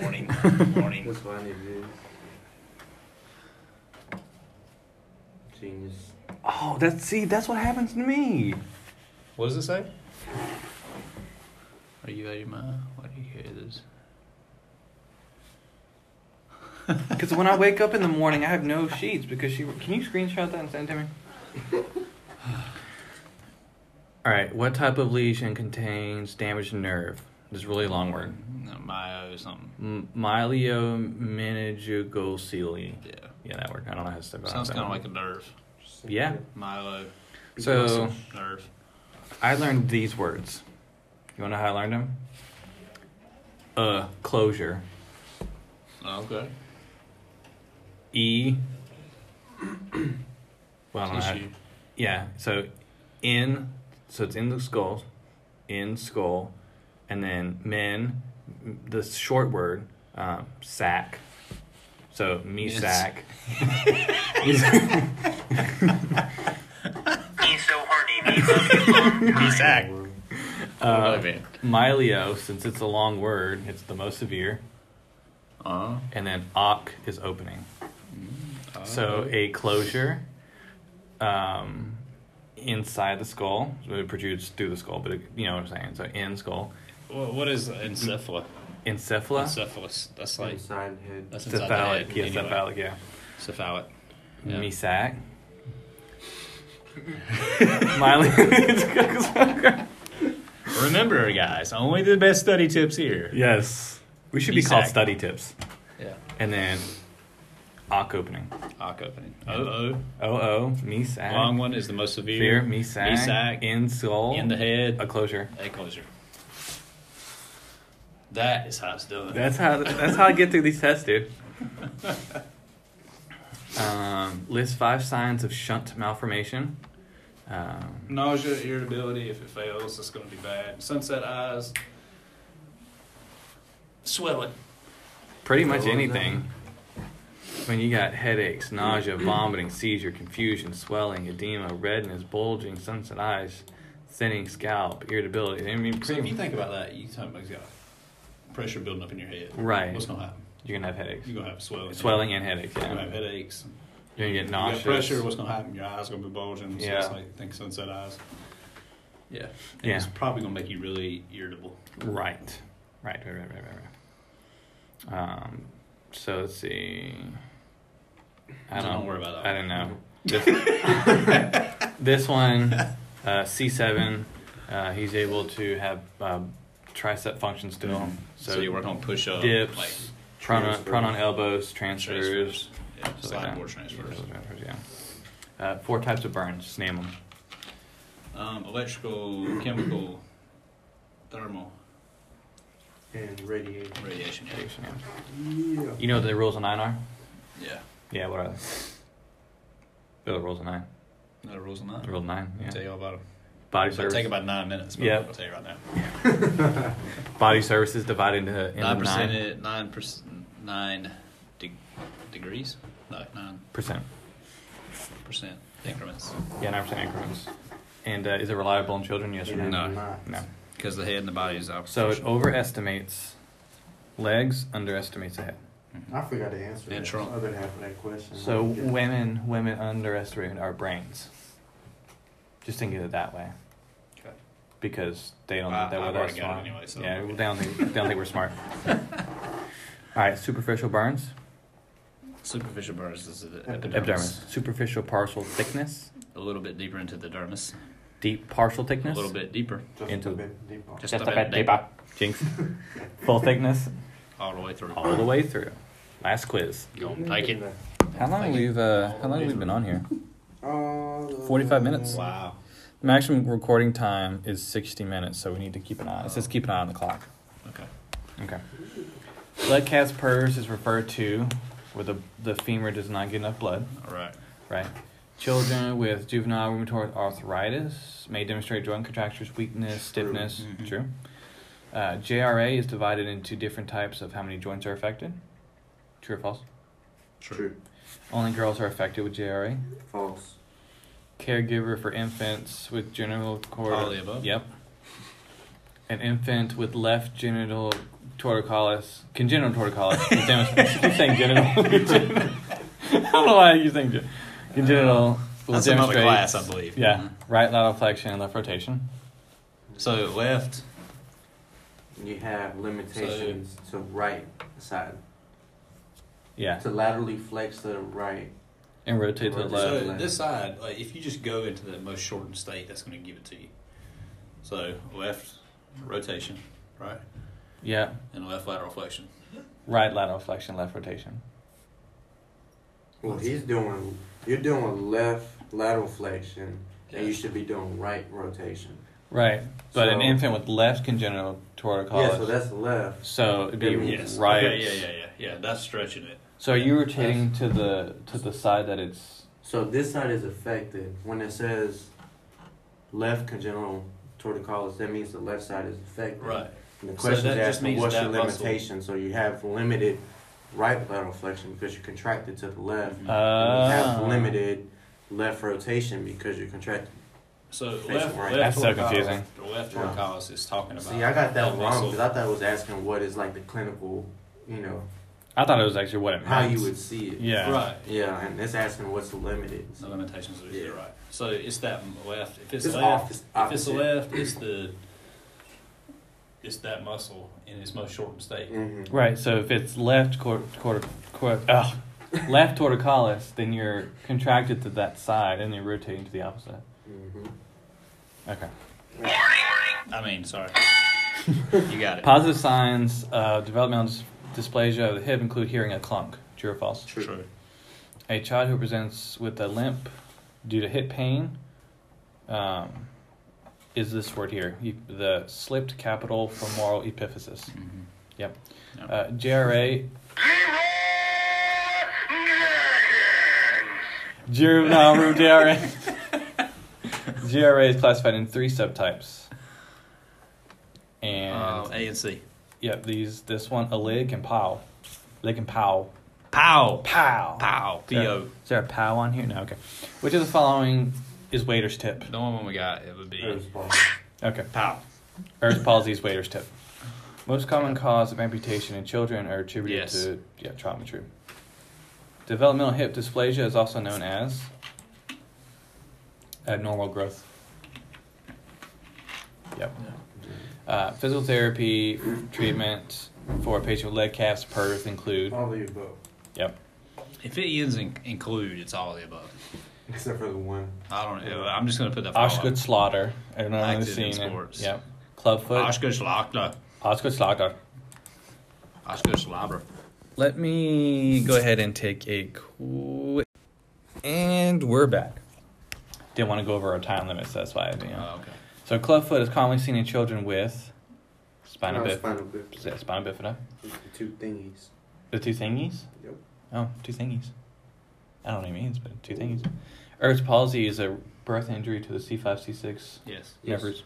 S2: warning, warning, warning.
S5: That's what I need to do. Genius.
S1: Tissue. Oh, that's see, that's what happens to me.
S2: What does it say? Are you out of your mind? Why do you hear this?
S1: Because when I wake up in the morning, I have no sheets because she. Can you screenshot that and send it to me? All right. What type of lesion contains damaged nerve? This is a really long word.
S2: No, Myo something.
S1: M- Myelomeningeal cilia.
S2: Yeah.
S1: Yeah, that word. I don't know how to say it.
S2: Sounds kind of like a nerve.
S1: Yeah.
S2: Myo.
S1: So
S2: Nerve.
S1: I learned these words. You want to know how I learned them? Uh, closure.
S2: Oh, Okay.
S1: E. Well, I don't know how-
S2: Tissue.
S1: Yeah. So in so it's in the skull, in skull, and then men, m- the short word, um, sack. So me
S2: Yes.
S1: sack.
S6: He's so horny, me
S2: Sack.
S1: Uh,
S2: Okay.
S1: Milio, since it's a long word, it's the most severe.
S2: Uh,
S1: And then ock is opening. So a closure um, inside the skull. So it protrudes through the skull, but it, you know what I'm saying. So in skull.
S2: wha- what is encephala?
S1: Encephala?
S2: Encephalus. That's like
S5: Inside head.
S2: that's inside
S1: cephalic.
S2: the head.
S1: Yeah,
S2: anyway.
S1: cephalic, yeah.
S2: Cephalic. Yeah.
S1: Me sack. Miley.
S2: Remember, guys, only the best study tips here.
S1: yes. We should
S2: Me
S1: be called
S2: sack.
S1: study tips.
S2: Yeah.
S1: And then ock opening.
S2: Ock opening. Oh,
S1: O O, me
S2: oh.
S1: sack.
S2: Long one is the most severe.
S1: Fear, me sack.
S2: Me sack.
S1: In soul.
S2: In the head.
S1: a closure.
S2: A closure. That is how it's done.
S1: That's how that's how I get through these tests, dude. Um, list five signs of shunt malformation. Um,
S9: Nausea, irritability. If it fails, it's going to be bad. Sunset eyes. Swelling.
S1: pretty much
S5: Oh, no.
S1: anything. When you got headaches, nausea, vomiting, seizure, confusion, swelling, edema, redness, bulging, sunset eyes, thinning scalp, irritability. I mean,
S2: So if
S1: pretty
S2: you think about that, you talking about got pressure building up in your head.
S1: Right.
S2: What's gonna happen?
S1: you're gonna have headaches,
S2: You're gonna have swelling.
S1: swelling, and headaches.
S2: You're gonna
S1: Yeah,
S2: have headaches.
S1: you're gonna get
S2: You got
S1: nauseous.
S2: pressure. What's gonna happen? Your eyes gonna be bulging. So
S1: Yeah.
S2: It's like think sunset eyes. Yeah. And
S1: Yeah.
S2: It's probably gonna make you really irritable.
S1: Right. Right, right, right, right, right, right. Um, so let's see. I
S2: So
S1: don't,
S2: don't worry about that
S1: I
S2: one.
S1: don't know. This, this one, uh, C7, uh, he's able to have um, tricep function still.
S2: So, you work on push up,
S1: dips,
S2: like
S1: pronon,
S5: transfers.
S1: pronon elbows, transfers.
S2: transfers, yeah,
S1: stuff like
S2: slide
S1: that.
S2: board transfers.
S1: Yeah, transfers, yeah. Uh, four types of burns, just name them.
S2: Um, electrical, chemical, thermal,
S5: And radiating.
S2: radiation.
S1: Yeah.
S5: Yeah.
S1: You know what the rules on nine are?
S2: Yeah.
S1: Yeah, what are they? They're the rules of nine.
S2: No rules on that.
S1: Rule nine.
S2: I'll tell
S1: Yeah.
S2: you all about them.
S1: Body
S2: It'll
S1: service.
S2: take about nine minutes. but
S1: Yeah.
S2: I'll tell you right now.
S1: Body services divided into, into
S2: Nine percent.
S1: nine
S2: at Nine percent. Nine de- degrees. No, nine
S1: percent.
S2: percent increments.
S1: Yeah, nine percent increments. And uh, is it reliable in children? Yes or
S5: You know,
S1: no?
S2: No.
S5: not.
S1: No.
S2: Because the head and the body is opposite.
S1: So it overestimates legs, underestimates the head.
S2: Mm-hmm.
S5: I forgot to answer
S2: And
S5: that
S2: Trump.
S5: other half of that question.
S1: So
S5: Yeah.
S1: women, women underestimate our brains. Just think of it that way.
S2: Okay.
S1: Because they don't
S2: Well,
S1: think that
S2: I've
S1: we're that
S2: already got it
S1: smart.
S2: anyway, so-
S1: yeah, they don't think, they don't think we're smart. All right, superficial burns,
S2: Superficial burns is the
S5: Epidermis.
S2: epidermis.
S1: epidermis, superficial partial thickness,
S2: A little bit deeper into the dermis.
S1: deep partial
S2: A
S1: thickness,
S2: little bit deeper.
S5: Just
S1: into-
S5: a bit deeper.
S2: Just,
S1: just a bit deeper, jinx, full thickness,
S2: All the way through.
S1: all the way through. Last quiz.
S2: Go on, take it.
S11: How long
S2: Thank you.
S11: we've uh, how long we've been on here?
S5: Uh,
S11: 45 minutes.
S2: Wow.
S11: The maximum recording time is sixty minutes, so we need to keep an eye. It says keep an eye on the clock.
S2: Okay.
S1: Okay. Blood cat's purse is referred to where the, the femur does not get enough blood.
S2: All right.
S1: Right. Children with juvenile rheumatoid arthritis may demonstrate joint contractures, weakness, stiffness.
S2: Mhm.
S1: True. Uh, JRA is divided into different types of how many joints are affected. True or false?
S2: True.
S5: True.
S1: Only girls are affected with JRA.
S5: False.
S1: Caregiver for infants with genital
S2: All of
S1: cord.
S2: the above.
S1: Yep. An infant with left genital torticollis, congenital torticollis. is demonst- keep saying genital. congenital. I don't know why you think gen- congenital. will
S2: That's another
S1: demonstrate-
S2: class, I believe.
S1: Yeah,
S2: Mhm.
S1: right lateral flexion and left rotation.
S2: So left.
S5: You have limitations to right side.
S1: Yeah,
S5: To laterally flex to the right.
S1: and rotate to the left.
S2: So this side, like, if you just go into the most shortened state, that's going to give it to you. So left rotation, right,
S1: Yeah,
S2: and left lateral flexion.
S1: right lateral flexion, left rotation.
S5: Well, he's doing. You're doing left lateral flexion, and you should be doing right rotation.
S1: Right, but an
S5: So-
S1: infant with left congenital torticollis.
S5: Yeah, so that's left.
S1: so it'd be
S5: That means-
S2: Yes.
S1: right.
S2: Okay, yeah, yeah, yeah, yeah. That's stretching it.
S1: So are you rotating to the to the side that it's
S5: So this side is affected when it says left congenital torticollis. That means the left side is affected.
S2: Right.
S5: And the
S2: So
S5: question
S2: that
S5: is
S2: just
S5: asked,
S2: means
S5: what's your
S2: that muscle-
S5: limitation? So you have limited right lateral flexion because you're contracted to the left.
S2: Mhm.
S5: and you
S1: uh,
S5: Mm. have limited left rotation because you're contracted.
S2: So
S5: Face
S2: left,
S5: right.
S1: That's
S2: left
S1: so
S2: torticollis-
S1: confusing.
S2: The left
S5: Yeah.
S2: torticollis is talking about.
S5: See, I got that
S2: that
S5: wrong
S2: muscle.
S5: because I thought it was asking what is like the clinical, you know,
S1: I thought it was actually what it meant.
S5: how you would see it.
S1: Yeah.
S2: Right.
S5: Yeah, and it's asking what's limited.
S2: The limitations are
S5: Yeah.
S2: yeah. right. So it's that left. Uh, If it's,
S5: It's
S2: left,
S5: off- it's
S2: if it's the
S5: opposite.
S2: left, it's the it's that muscle in its most shortened state.
S5: Mm-hmm.
S1: Right. So if it's left quarter quarter, quarter ugh, left torticollis, then you're contracted to that side and you're rotating to the opposite.
S5: Mm-hmm.
S1: Okay.
S2: I mean, sorry. you got it.
S1: Positive signs of developmental dys- dysplasia of the hip include hearing a clunk. True or false?
S5: True.
S2: True.
S1: A child who presents with a limp due to hip pain um, is this word here e- the slipped capital femoral epiphysis.
S2: Mm-hmm.
S1: Yep.
S2: Yep.
S1: Uh, JRA. Juvenile root JRA. JRA is classified in three subtypes. And
S2: Um, A and C.
S1: Yep, these this one a leg and pow, leg and pow,
S2: Pow.
S1: pow,
S2: Pow.
S1: Is there-
S2: P-O.
S1: Is there a pow on here? No, okay. Which of the following is waiter's tip?
S2: The one we got, it would be
S1: Okay,
S2: pow.
S1: Earth palsy is waiter's tip. Most common cause of amputation in children are attributed
S2: Yes.
S1: to yeah trauma. True. Developmental hip dysplasia is also known as abnormal growth. Yep. Uh, physical therapy treatment for a patient with leg calves purse include
S5: All of the above,
S1: yep
S2: If it ends in include, it's all of the above.
S5: except for the one.
S2: I don't know. I'm just going to put that for all of them.
S1: Oshgood Slaughter. Everyone
S2: Active
S1: has
S2: in
S1: seen it.
S2: sports.
S1: Yep. Clubfoot.
S2: Oshkosh Lochner.
S1: Oshgood Slaughter.
S2: Oshkosh Labra.
S11: Let me go ahead and take a quick. And we're back.
S1: Didn't want to go over our time limits. That's why. You know.
S2: Oh, okay.
S1: So clubfoot is commonly seen in children with spina
S5: No, it's
S1: bifida.
S5: Spinal
S1: Spina
S5: bifida.
S1: bifida.
S5: The two thingies.
S1: The two thingies.
S5: Yep.
S1: Oh, two thingies. I don't know what he means, but two thingies. Earth's palsy is a birth injury to the C5C6
S2: Yes.
S5: Yes.
S1: Nevers.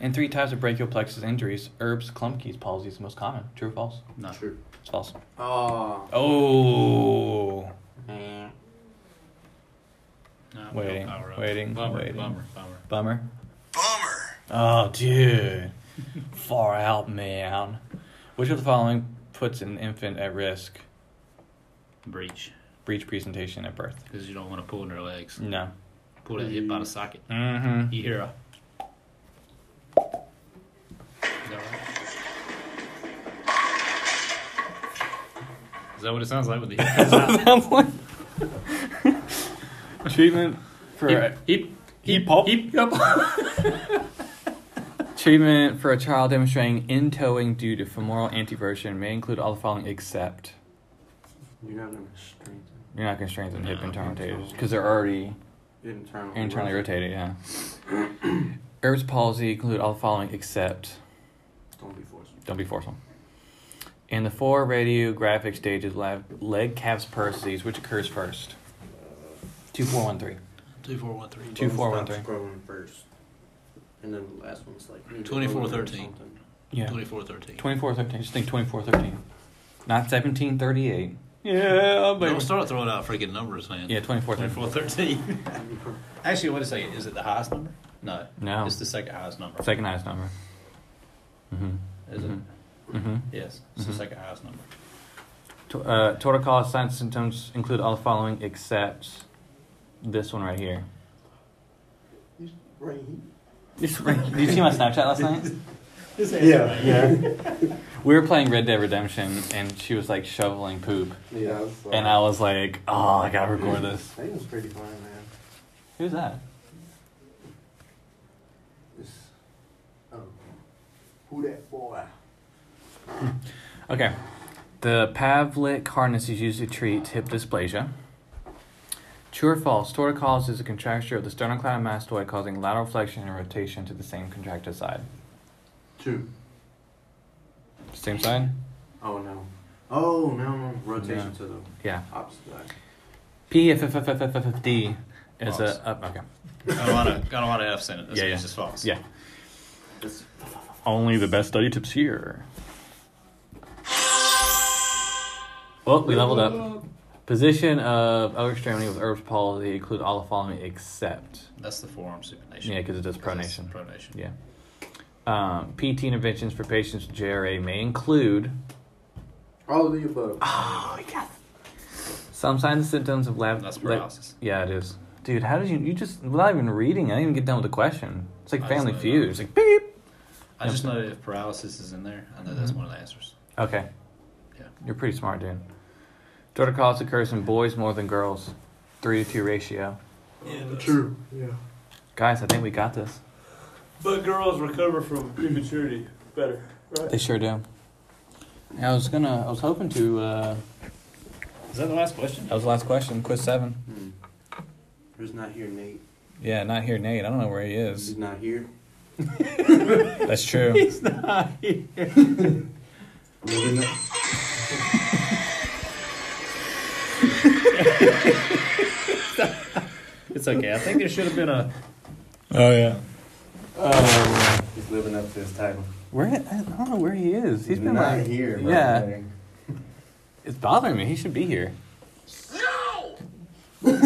S1: And three types of brachial plexus injuries. Herb's Klumpke's palsy is the most common. True or false?
S2: No.
S5: True.
S1: It's false.
S5: Oh.
S1: Oh.
S5: Man.
S2: No,
S1: Waiting,
S2: power up.
S1: waiting,
S2: Bummer.
S1: waiting.
S2: Bummer. Bummer.
S1: Bummer.
S6: Bummer.
S1: Oh, dude. Far out, man. Which of the following puts an infant at risk?
S2: Breach.
S1: Breech presentation at birth.
S2: Because you don't want to pull in their legs.
S1: No.
S2: Pull that hip out of socket.
S1: Mm-hmm.
S2: You hear a. Is that right? Is that what it sounds like when the hip comes out?
S1: Sounds like treatment for
S2: Hip, hip, hip, hop. Hip, hop.
S1: treatment for a child demonstrating in towing due to femoral antiversion may include all the following except
S5: You have them strength.
S1: you're not going to strengthen hip
S2: No.
S1: internal rotators because they're already
S5: Internal.
S1: internally rotated. Yeah. Herb's palsy include all the following except
S5: Don't be forceful.
S1: Don't be forceful. In the four radiographic stages, la- leg calves paresthesias, which occurs first? 2413.
S2: Two, four, one, three.
S1: Two, four, one,
S5: Stops
S1: three.
S5: growing first. And then the last one's like. either
S2: 24,
S5: growing or
S2: 13.
S5: something.
S1: Yeah.
S2: Twenty-four, thirteen.
S1: 2413. Just think 2413. Not 1738. Yeah,
S2: Don't start throwing out freaking numbers, man.
S1: Yeah, 2413.
S2: 24, 13. Actually, wait a second. Is it the highest number? No.
S1: No.
S2: It's the second highest number.
S1: Second highest number. Mm
S2: Is
S1: Mhm.
S2: it?
S1: hmm. Mm hmm.
S2: Yes. It's the
S1: Mhm.
S2: second highest number.
S1: To, uh, total cause signs and symptoms include all the following except this one right here.
S5: Right.
S1: This right Did you see my Snapchat last night?
S5: Yeah. Yeah.
S1: We were playing Red Dead Redemption and she was like shoveling poop.
S5: yeah. I was like-
S1: And I was like, oh, I gotta record this.
S5: I think it was pretty fine, man.
S1: Who's that?
S5: It's, oh. Who that boy?
S1: Okay. The Pavlik harness is used to treat hip dysplasia. True or false, torticollis is a contracture of the sternocleidomastoid causing lateral flexion and rotation to the same contracted side.
S5: Two.
S1: Same side?
S5: Oh no. Oh no. no. Rotation to the
S1: Yeah.
S5: opposite side.
S1: PFFFFFD is
S2: False.
S1: a. Up, okay.
S2: Got a lot of, got a lot of F's in it. That's
S1: Yeah,
S2: yeah,
S1: yeah.
S2: just false.
S1: Yeah.
S5: It's
S1: Only the best study tips here. Well, we leveled up. Position of other extremity with herbs palsy include all the following except.
S2: That's the forearm supination.
S1: Yeah, because it does
S2: 'Cause it's
S1: pronation.
S2: Pronation.
S1: Yeah. Um, PT interventions for patients with JRA may include
S5: all of the above.
S1: some signs and symptoms of lab.
S2: That's
S1: lab-
S2: paralysis.
S1: yeah, it is. Dude, how did you? You just without even reading. I didn't even get done with the question. It's like
S2: I just
S1: Family
S2: know
S1: Feud.
S2: that.
S1: It's like beep.
S2: I just know if paralysis is in there, I know that's
S1: Mm-hmm.
S2: one of the answers.
S1: Okay.
S2: Yeah.
S1: You're pretty smart, dude. Torticollis occurs in boys more than girls, three to two ratio.
S5: True. Yeah.
S1: Guys, I think we got this.
S12: But girls recover from prematurity better, right?
S1: They sure do. I was gonna. I was hoping to. Uh,
S2: Is that the last question?
S1: Oh.
S11: That was the last question. Quiz seven.
S5: Hmm. Who's not here, Nate?
S11: Yeah, not here, Nate. I don't know where he is.
S5: He's not here.
S11: That's true.
S5: Moving up.
S2: It's okay. I think there should have been a.
S11: oh yeah.
S5: He's living up to his title.
S1: where? I don't know where he is. He's been
S5: not
S1: like,
S5: here. but-
S1: Yeah. It's bothering me. He should be here.
S6: No!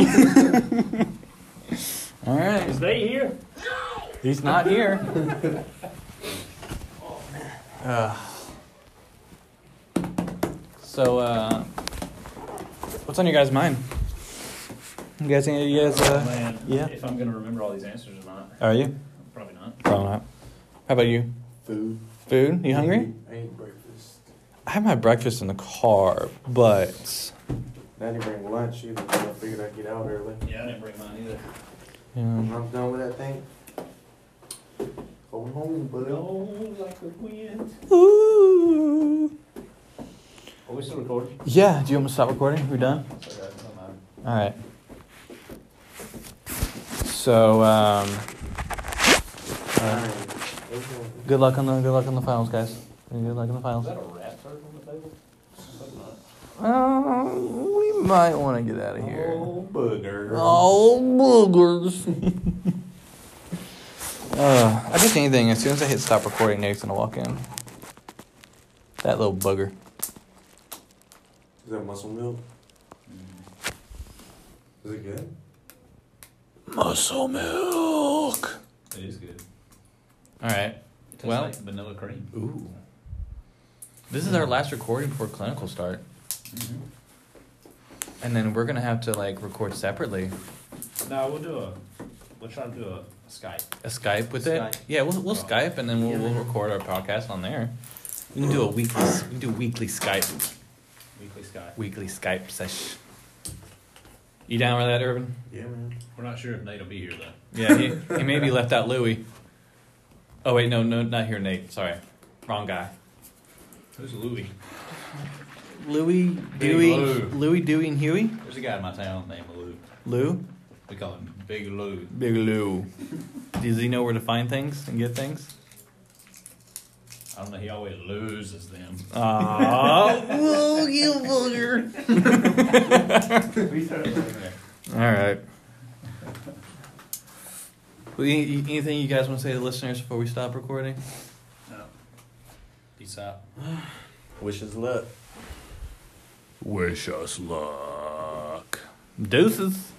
S1: All right.
S12: Is they here?
S1: He's not here. uh, so, uh, what's on your guys' mind? You guys, any you guys, uh,
S2: Oh, Man,
S1: yeah.
S2: If I'm gonna remember all these answers or not,
S1: are you?
S2: probably not.
S1: Probably not. How about you?
S5: Food.
S1: Food? You hungry?
S5: I ain't breakfast.
S1: I had my breakfast in the car, but
S5: I didn't bring lunch either. but I figured I'd get out early.
S2: Yeah, I didn't bring mine either.
S1: you know,
S5: When I'm done with that thing. Go home, bud.
S2: Oh, like a wind.
S1: Ooh.
S2: Are we still recording?
S1: Yeah. Do you want me to stop recording? We're done. All right. So, um,
S5: Alright. Okay.
S1: good luck on the good luck on the finals, guys. Good luck in the finals.
S2: a rat turd on the table?
S1: Uh, we might want to get out of here.
S2: Oh, booger.
S1: Oh, boogers. uh, I just anything. As soon as I hit stop recording, Nate's gonna walk in. That little bugger.
S5: Is that muscle milk?
S1: Mm-hmm.
S5: Is it good?
S1: Muscle milk.
S2: It is good. It
S1: All right.
S2: tastes
S1: Well-
S2: like vanilla cream.
S1: Ooh. This is our last recording before clinical start, Mm-hmm. and then we're gonna have to like record separately.
S3: No, we'll do a. We'll try to do a Skype.
S1: A Skype with
S3: Skype.
S1: it. Yeah, we'll we'll
S3: Oh.
S1: Skype and then we'll, we'll record our podcast on there. We can do a weekly. We can do weekly Skype.
S3: Weekly Skype.
S1: Weekly Skype sesh. You down with that, Urban?
S5: Yeah, man.
S2: We're not sure if Nate will be here though.
S1: Yeah, he, he maybe left out Louie. Oh wait, no, no, not here, Nate. Sorry, wrong guy.
S2: Who's Louie?
S1: Louie,
S2: Dewey-
S1: Louie, Dewey, and Huey.
S2: There's a guy in my town named Lou.
S1: Lou,
S2: We call him Big Lou.
S1: big Lou. Does he know where to find things and get things?
S2: I don't know. He always loses them.
S1: Aww, whoa, you vulgar. All right. Well, any- anything you guys want to say to the listeners before we stop recording?
S2: Peace out.
S5: Wish us luck.
S1: Wish us luck. Deuces.